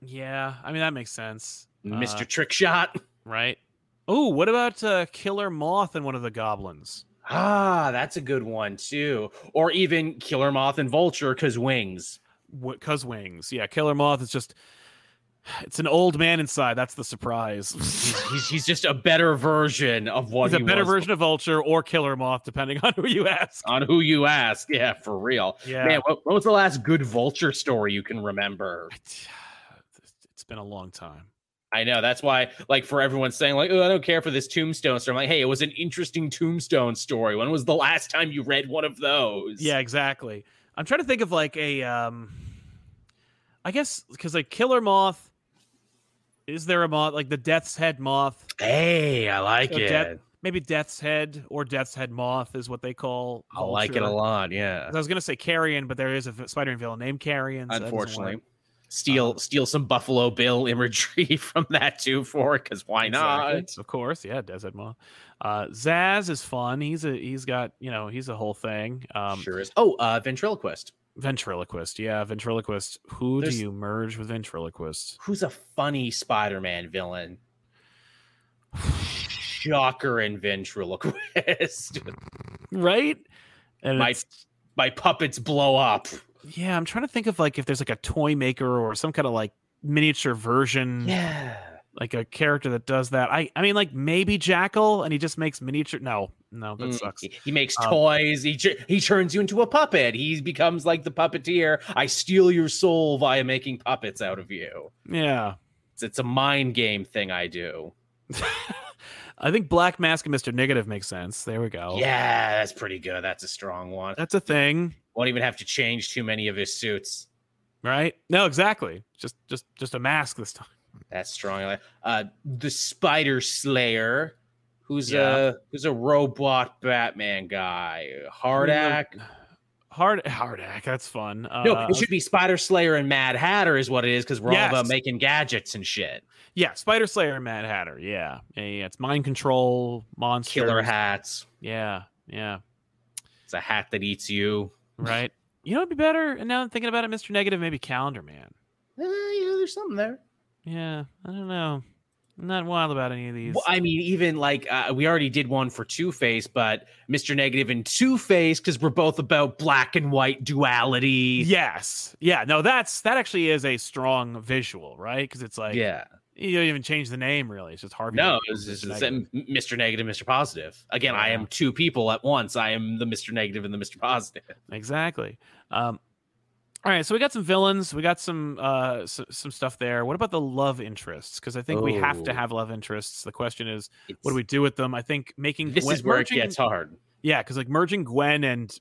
A: yeah. I mean that makes sense.
E: Mr.
A: Uh,
E: Trickshot.
A: right. Oh, what about uh, Killer Moth and one of the goblins?
E: Ah, that's a good one too. Or even Killer Moth and Vulture, cause wings.
A: What? Cause wings. Yeah. Killer Moth is just. It's an old man inside. That's the surprise.
E: He's, he's, he's just a better version of what
A: He's a
E: he
A: better
E: was
A: version of Vulture or Killer Moth, depending on who you ask.
E: on who you ask. Yeah, for real.
A: Yeah.
E: Man, what, what was the last good Vulture story you can remember?
A: It's been a long time.
E: I know that's why, like, for everyone saying, like, oh, I don't care for this tombstone story. I'm like, hey, it was an interesting tombstone story. When was the last time you read one of those?
A: Yeah, exactly. I'm trying to think of like a um I guess cuz like killer moth is there a moth like the death's head moth?
E: Hey, I like
A: So
E: it.
A: Death- Maybe death's head or death's head moth is what they call
E: I like it a
A: vulture.
E: lot. Yeah.
A: 'Cause I was going to say carrion, but there is a v- Spider-Man villain named Carrion. so that doesn't work. Uh-huh.
E: Unfortunately, steal steal some Buffalo Bill imagery from that too for it because why not?
A: Exactly. Of course, yeah, Desert Moth. Uh, Zaz is fun. He's a he's got you know he's a whole thing. Um,
E: sure is. Oh, uh, ventriloquist.
A: Ventriloquist, yeah, ventriloquist. Who
E: There's-
A: do you merge with ventriloquist?
E: Who's a funny Spider-Man villain? Shocker and ventriloquist.
A: right? And
E: my
A: it's-
E: my puppets blow up.
A: yeah, I'm trying to think of like if there's like a toy maker or some kind of like miniature version,
E: Yeah.
A: like a character that does that. I I mean like maybe Jackal, and he just makes miniature. No, no, that
E: Mm,
A: sucks.
E: He, he makes
A: Um,
E: toys. He tur- he turns you into a puppet. He becomes like the puppeteer. I steal your soul via making puppets out of you.
A: Yeah,
E: It's, it's a mind game thing I do.
A: I think Black Mask and Mister Negative makes sense. There we go.
E: Yeah, that's pretty good. That's a strong one.
A: that's a thing,
E: Won't even have to change too many of his suits.
A: right? No, exactly. Just just just a mask this time.
E: That's strong. Uh, the Spider Slayer, who's
A: Yeah.
E: a who's a robot Batman guy. Hardak.
A: Hard hard act. That's fun. Uh,
E: No, it should be Spider Slayer and Mad Hatter is what it is because we're all about
A: Yes.
E: making gadgets and shit.
A: yeah, Spider Slayer and Mad Hatter. Yeah, yeah, yeah. It's mind control monster.
E: Killer hats.
A: Yeah, yeah.
E: It's a hat that eats you.
A: right? You know, it'd be better. And now I'm thinking about it, Mr. Negative, maybe Calendar Man.
E: Eh, yeah, there's something there.
A: Yeah, I don't know. Not wild about any of these.
E: Well, I mean, even like uh, we already did one for Two Face, but Mr. Negative and Two Face, because we're both about black and white duality.
A: yes. Yeah. No, that's that actually is a strong visual, right? Because it's like
E: yeah.
A: you don't even change the name really. It's just Harvey.
E: No,
A: Negative,
E: it's just
A: Mr.
E: the
A: Negative.
E: same Mr. Negative, Mr. Positive. Again, I
A: Yeah.
E: am two people at once. I am the Mr. Negative and the Mr. Positive.
A: Exactly. Um, all right, so we got some villains, we got some uh s- some stuff there. What about the love interests? Because I think we have to
E: Oh.
A: have love interests. The question is, what
E: It's-
A: do we do with them? I think making
E: This
A: Gwen-
E: is where it
A: merging-
E: gets hard.
A: yeah, because like merging Gwen and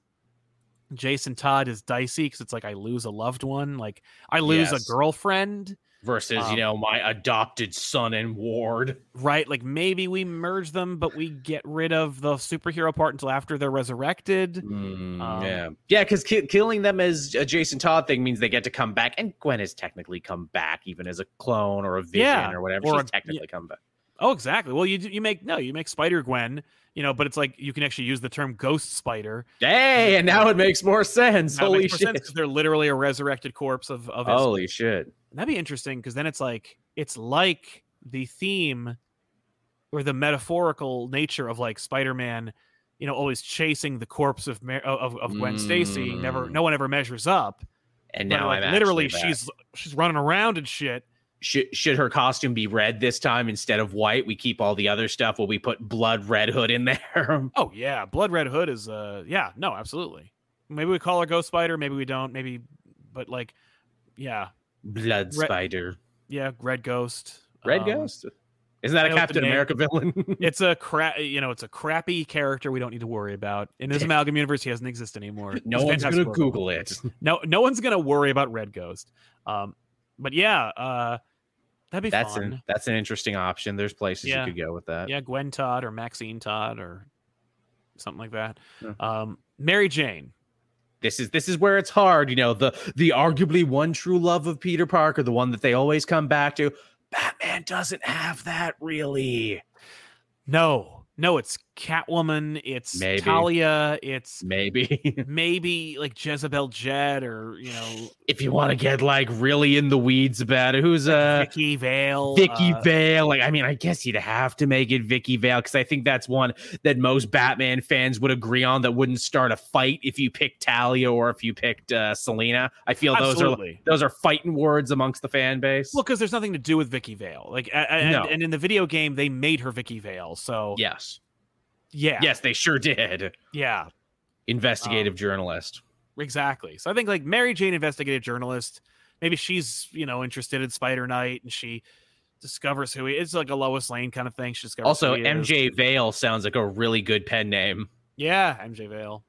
A: Jason Todd is dicey because it's like I lose a loved one, like I lose
E: Yes.
A: a girlfriend,
E: Versus,
A: Um,
E: you know, my adopted son and ward.
A: right? Like maybe we merge them, but we get rid of the superhero part until after they're resurrected.
E: Mm.
A: Um,
E: yeah, yeah, because ki- killing them as a Jason Todd thing means they get to come back, and Gwen has technically come back, even as a clone or a vision
A: Yeah,
E: or whatever.
A: or
E: She's
A: a- yeah.
E: technically come back.
A: Oh, exactly. Well, you do- you make no, you make Spider Gwen, you know, but it's like you can actually use the term ghost spider.
E: Hey, and now it makes more sense.
A: That
E: Holy
A: makes more
E: shit!
A: sense 'cause they're literally a resurrected corpse of of. his-
E: Holy shit!
A: That'd be interesting because then it's like it's like the theme or the metaphorical nature of like Spider Man, you know, always chasing the corpse of Mar- of of Gwen Stacy. Never,
E: Mm.
A: no one ever measures up.
E: And
A: but,
E: now
A: like,
E: I'm
A: literally
E: actually back.
A: she's she's running around and shit.
E: should should her costume be red this time instead of white? We keep all the other stuff. Will we put blood red hood in there?
A: Oh yeah, Blood Red Hood is uh yeah, no, absolutely. Maybe we call her Ghost Spider, maybe we don't, maybe but like yeah,
E: blood
A: Red-
E: spider,
A: yeah, Red Ghost.
E: red
A: um,
E: ghost. Isn't that
A: I
E: a
A: know what the
E: Captain
A: name-
E: America villain?
A: It's a crap, you know, it's a crappy character we don't need to worry about. In his amalgam universe, he doesn't exist anymore.
E: no
A: He's
E: one's
A: Fantastic
E: gonna
A: Four.
E: Google it.
A: No no one's going to worry about Red Ghost. Um but yeah, uh that'd be
E: That's uh,
A: fun.
E: an that's an interesting option. There's places
A: Yeah.
E: you could go with that.
A: yeah, Gwen Todd or Maxine Todd or something like that.
E: Yeah.
A: Um Mary Jane.
E: This is this is where it's hard. You know the the arguably one true love of Peter Parker, the one that they always come back to. Batman doesn't have that really.
A: No, no, it's Catwoman, it's
E: Maybe.
A: Talia, it's
E: Maybe
A: maybe like Jezebel Jet or you know
E: if you want to get like really in the weeds about it, who's uh
A: Vicky Vale.
E: Vicky
A: uh,
E: Vale. Like, I mean, I guess you'd have to make it Vicky Vale because I think that's one that most Batman fans would agree on that wouldn't start a fight if you picked Talia or if you picked uh, Selena. I feel those are
A: Absolutely.
E: those are fighting words amongst the fan base.
A: Well, because there's nothing to do with Vicky Vale. Like, a- a- and,
E: No.
A: and in the video game, they made her Vicky Vale. So
E: yes,
A: yeah,
E: yes, they sure did.
A: yeah,
E: Investigative
A: Um,
E: journalist.
A: exactly. So I think like Mary Jane, investigative journalist. Maybe she's you know interested in Spider Knight, and she discovers who he is. Like a Lois Lane kind of thing. She discovers
E: Also,
A: who he is.
E: MJ Vale sounds like a really good pen name.
A: Yeah, MJ Vale.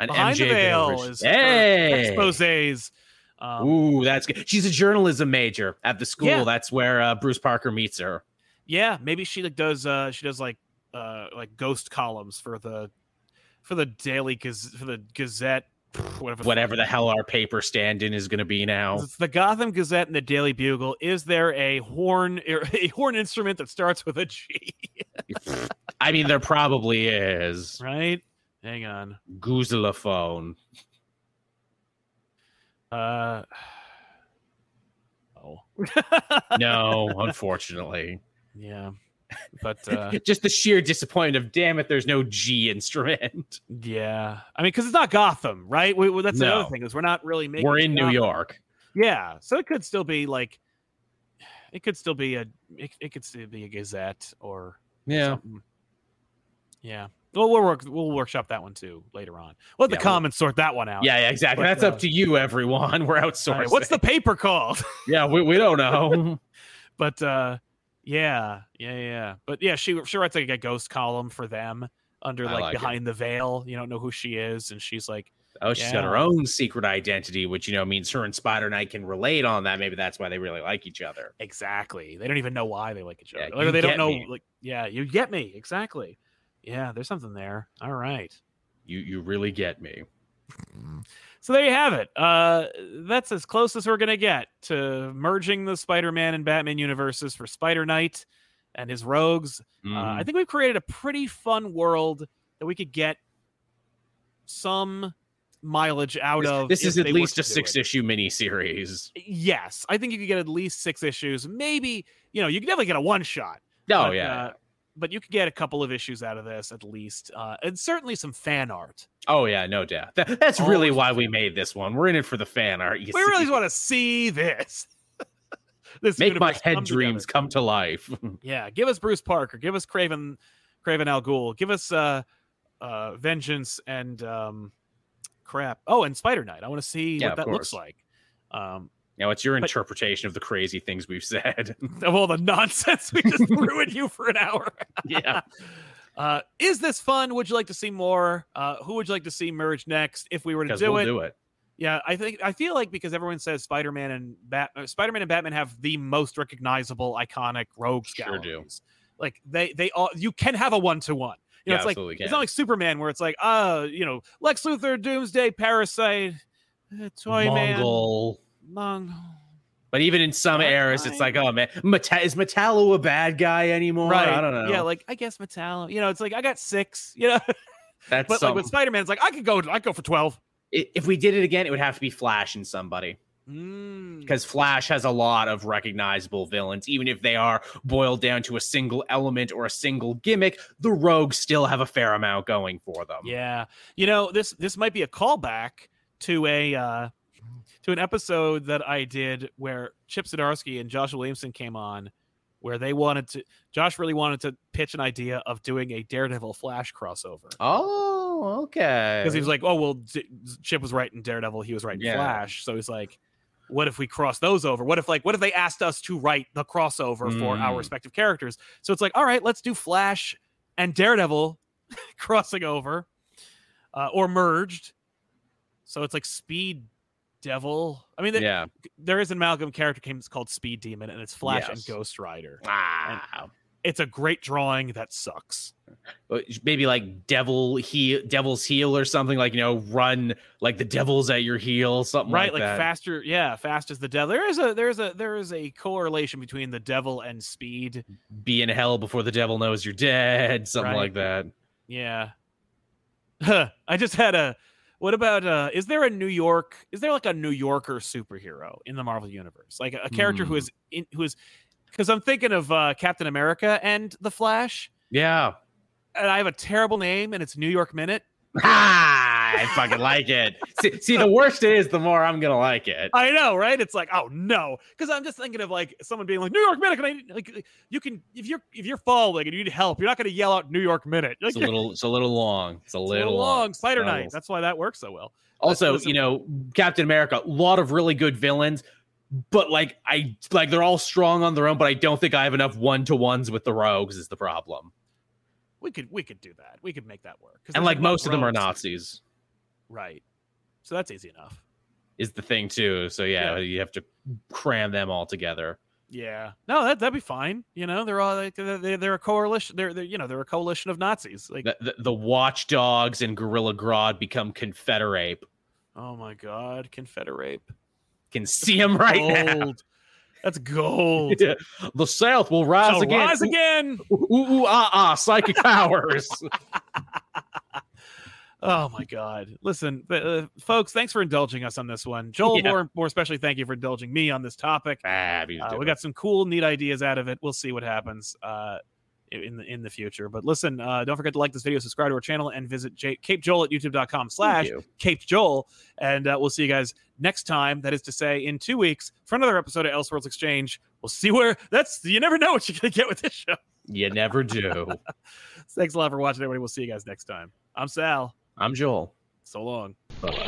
E: An
A: Behind
E: MJ
A: the veil
E: version.
A: is
E: hey.
A: exposes. Um,
E: Ooh, that's good. She's a journalism major at the school.
A: Yeah.
E: That's where uh, Bruce Parker meets her.
A: yeah maybe she like does uh she does like uh like ghost columns for the for the daily Gaz- for the gazette pff, whatever
E: whatever the
A: fuck.
E: hell our paper stand-in is going to be now.
A: it's the gotham gazette and the daily bugle is there a horn er, a horn instrument that starts with a g
E: I mean, there probably is.
A: right hang on
E: Goozlephone.
A: uh oh
E: No, unfortunately.
A: yeah but uh
E: Just the sheer disappointment of, damn it, there's no G instrument.
A: yeah i mean because it's not gotham right we, well, that's the
E: No.
A: another thing is we're not really making
E: We're in New
A: Gotham.
E: York.
A: Yeah, so it could still be like, it could still be a it, it could still be a Gazette or
E: Yeah.
A: something. yeah. Well, we'll work we'll workshop that one too later on. Let the
E: Yeah, we'll-
A: comments sort that one out.
E: Yeah, yeah, exactly.
A: But,
E: That's
A: uh,
E: up to you, everyone. We're
A: All right,
E: outsourcing.
A: what's the paper called?
E: Yeah, we, we don't know.
A: but uh, yeah, yeah, yeah. But yeah, she she writes like a ghost column for them under
E: I
A: like,
E: like it.
A: behind the veil. You don't know who she is, and she's like,
E: Oh, she's got her
A: Yeah.
E: own secret identity, which, you know, means her and Spider Knight can relate on that. Maybe that's why they really like each other.
A: Exactly. They don't even know why they like each
E: Yeah,
A: other. Or
E: you
A: they
E: get
A: don't know.
E: me.
A: Like, yeah, you get me. Exactly. Yeah, there's something there. All right.
E: You, you really get me. Mm.
A: So there you have it. Uh, that's as close as we're gonna get to merging the Spider-Man and Batman universes for Spider Knight and his rogues. Uh,
E: Mm-hmm.
A: I think we've created a pretty fun world that we could get some mileage out of.
E: This
A: if
E: is at
A: they were
E: least
A: to
E: a
A: do it.
E: six issue miniseries. Oh,
A: Yes, I think you could get at least six issues. Maybe you know you could definitely get a one shot.
E: Oh
A: but,
E: yeah.
A: uh, but you could get a couple of issues out of this at least, uh, and certainly some fan art.
E: oh yeah, no doubt. That, that's really
A: always
E: why we made this one. We're in it for the fan art. you
A: we really
E: see.
A: want to see this. this
E: make my
A: universe
E: head
A: come
E: dreams come to life.
A: together. Yeah, give us Bruce Parker. Give us Craven, Craven Al Ghul. Give us uh, uh, Vengeance and um, crap. Oh, and Spider Knight. I want to see
E: Yeah,
A: what
E: of
A: that looks
E: course.
A: like. Um,
E: Now it's your
A: But-
E: interpretation of the crazy things we've said.
A: of all the nonsense we just threw at you for an hour.
E: yeah.
A: Uh, is this fun? Would you like to see more? Uh, who would you like to see merge next if we were to
E: Because
A: do
E: we'll
A: it?
E: do it.
A: Yeah, I think I feel like because everyone says Spider-Man and Bat uh, Spider-Man and Batman have the most recognizable iconic rogues
E: Sure do.
A: galleries. Like they they all you can have a one to one. You know,
E: Yeah,
A: it's like
E: absolutely
A: it's
E: can.
A: not like Superman where it's like, uh, you know, Lex Luthor, Doomsday, Parasite, uh, Toy
E: Mongol.
A: Man, Mongol.
E: But even in some
A: What?
E: eras, it's like, oh man, Meta- is Metallo a bad guy anymore?
A: Right.
E: I don't know.
A: Yeah, like I guess Metallo. You know, it's like I got six. You know,
E: That's
A: but like
E: some-
A: with Spider-Man, it's like I could go. I could go for twelve.
E: i- if we did it again, it would have to be Flash and somebody
A: Mm.
E: because Flash has a lot of recognizable villains, even if they are boiled down to a single element or a single gimmick. The Rogues still have a fair amount going for them.
A: Yeah, you know this this might be a callback to a uh, to an episode that I did where Chip Zdarsky and Josh Williamson came on, where they wanted to. Josh really wanted to pitch an idea of doing a Daredevil Flash crossover
E: Oh, okay.
A: because he was like, "Oh well, D- Chip was right in Daredevil, he was right in
E: Yeah.
A: Flash," so he's like. What if we cross those over? What if like what if they asked us to write the crossover for our
E: Mm.
A: respective characters? So it's like, all right, let's do Flash and Daredevil crossing over uh, or merged. So it's like Speed Devil. I mean, there,
E: yeah.
A: there is an amalgam character game that's called Speed Demon, and it's Flash and
E: Yes.
A: Ghost Rider.
E: Wow.
A: It's a great drawing that sucks.
E: Uh, maybe like devil heel devil's heel or something like you know run like the devil's at your heel something
A: right, like,
E: like, that.
A: faster, yeah, fast as the devil. There is a there is a there is a correlation between the devil and speed.
E: be in hell before the devil knows you're dead something
A: Right.
E: like that
A: Yeah. Huh, I just had a. What about uh is there a New York is there like a New Yorker superhero in the Marvel universe? Like a, a character who
E: Hmm.
A: is in who is cuz I'm thinking of uh Captain America and The Flash
E: yeah
A: and I have a terrible name and it's New York Minute.
E: ah, i fucking like it see, see the worst it is the more i'm gonna like it
A: I know, right? It's like, oh no, because I'm just thinking of like someone being like New York Minute. Can I like you can if you're if you're falling and you need help, you're not going to yell out New York Minute. Like,
E: it's a little it's a little long it's a
A: it's
E: little, uh,
A: long, Spider
E: Not a
A: Knight.
E: little-
A: That's why that works so well.
E: also
A: listen-
E: you know captain america a lot of really good villains but like i like they're all strong on their own but i don't think i have enough one-to-ones with the rogues is the problem
A: We could we could do that. We could make that work. 'cause
E: and
A: there's
E: like
A: enough
E: most of them are
A: rogues.
E: nazis
A: Right. So that's easy enough.
E: is the thing too. So yeah,
A: Yeah.
E: you have to cram them all together.
A: Yeah. No, that that'd be fine. You know, they're all like they're, they're a coalition. They're, they're you know they're a coalition of Nazis. Like,
E: The, the, the watchdogs and Gorilla Grodd become Confederate.
A: oh my God, Confederate.
E: Can see them right now.
A: gold. That's gold.
E: Yeah. The South will rise
A: Shall
E: again.
A: Oh. rise again.
E: Ooh, ooh, ooh, ah, ah, psychic powers.
A: Oh my God! Listen, th- uh, folks, thanks for indulging us on this one. Joel,
E: Yeah.
A: more more especially, thank you for indulging me on this topic.
E: Fabulous.
A: Uh, we got some cool, neat ideas out of it. We'll see what happens uh, in the in the future. But listen, uh, don't forget to like this video, subscribe to our channel, and visit J- Cape Joel at
E: Thank
A: YouTube.com/slash
E: you.
A: Cape Joel. And uh, we'll see you guys next time. That is to say, in two weeks for another episode of Elseworlds Exchange. We'll see where that's. You never know what you're gonna get with this show.
E: You never do.
A: Thanks a lot for watching, everybody. We'll see you guys next time. I'm Sal.
E: I'm Joel.
A: So long.
E: Bye-bye.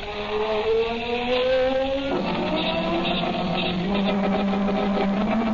D: Thank you.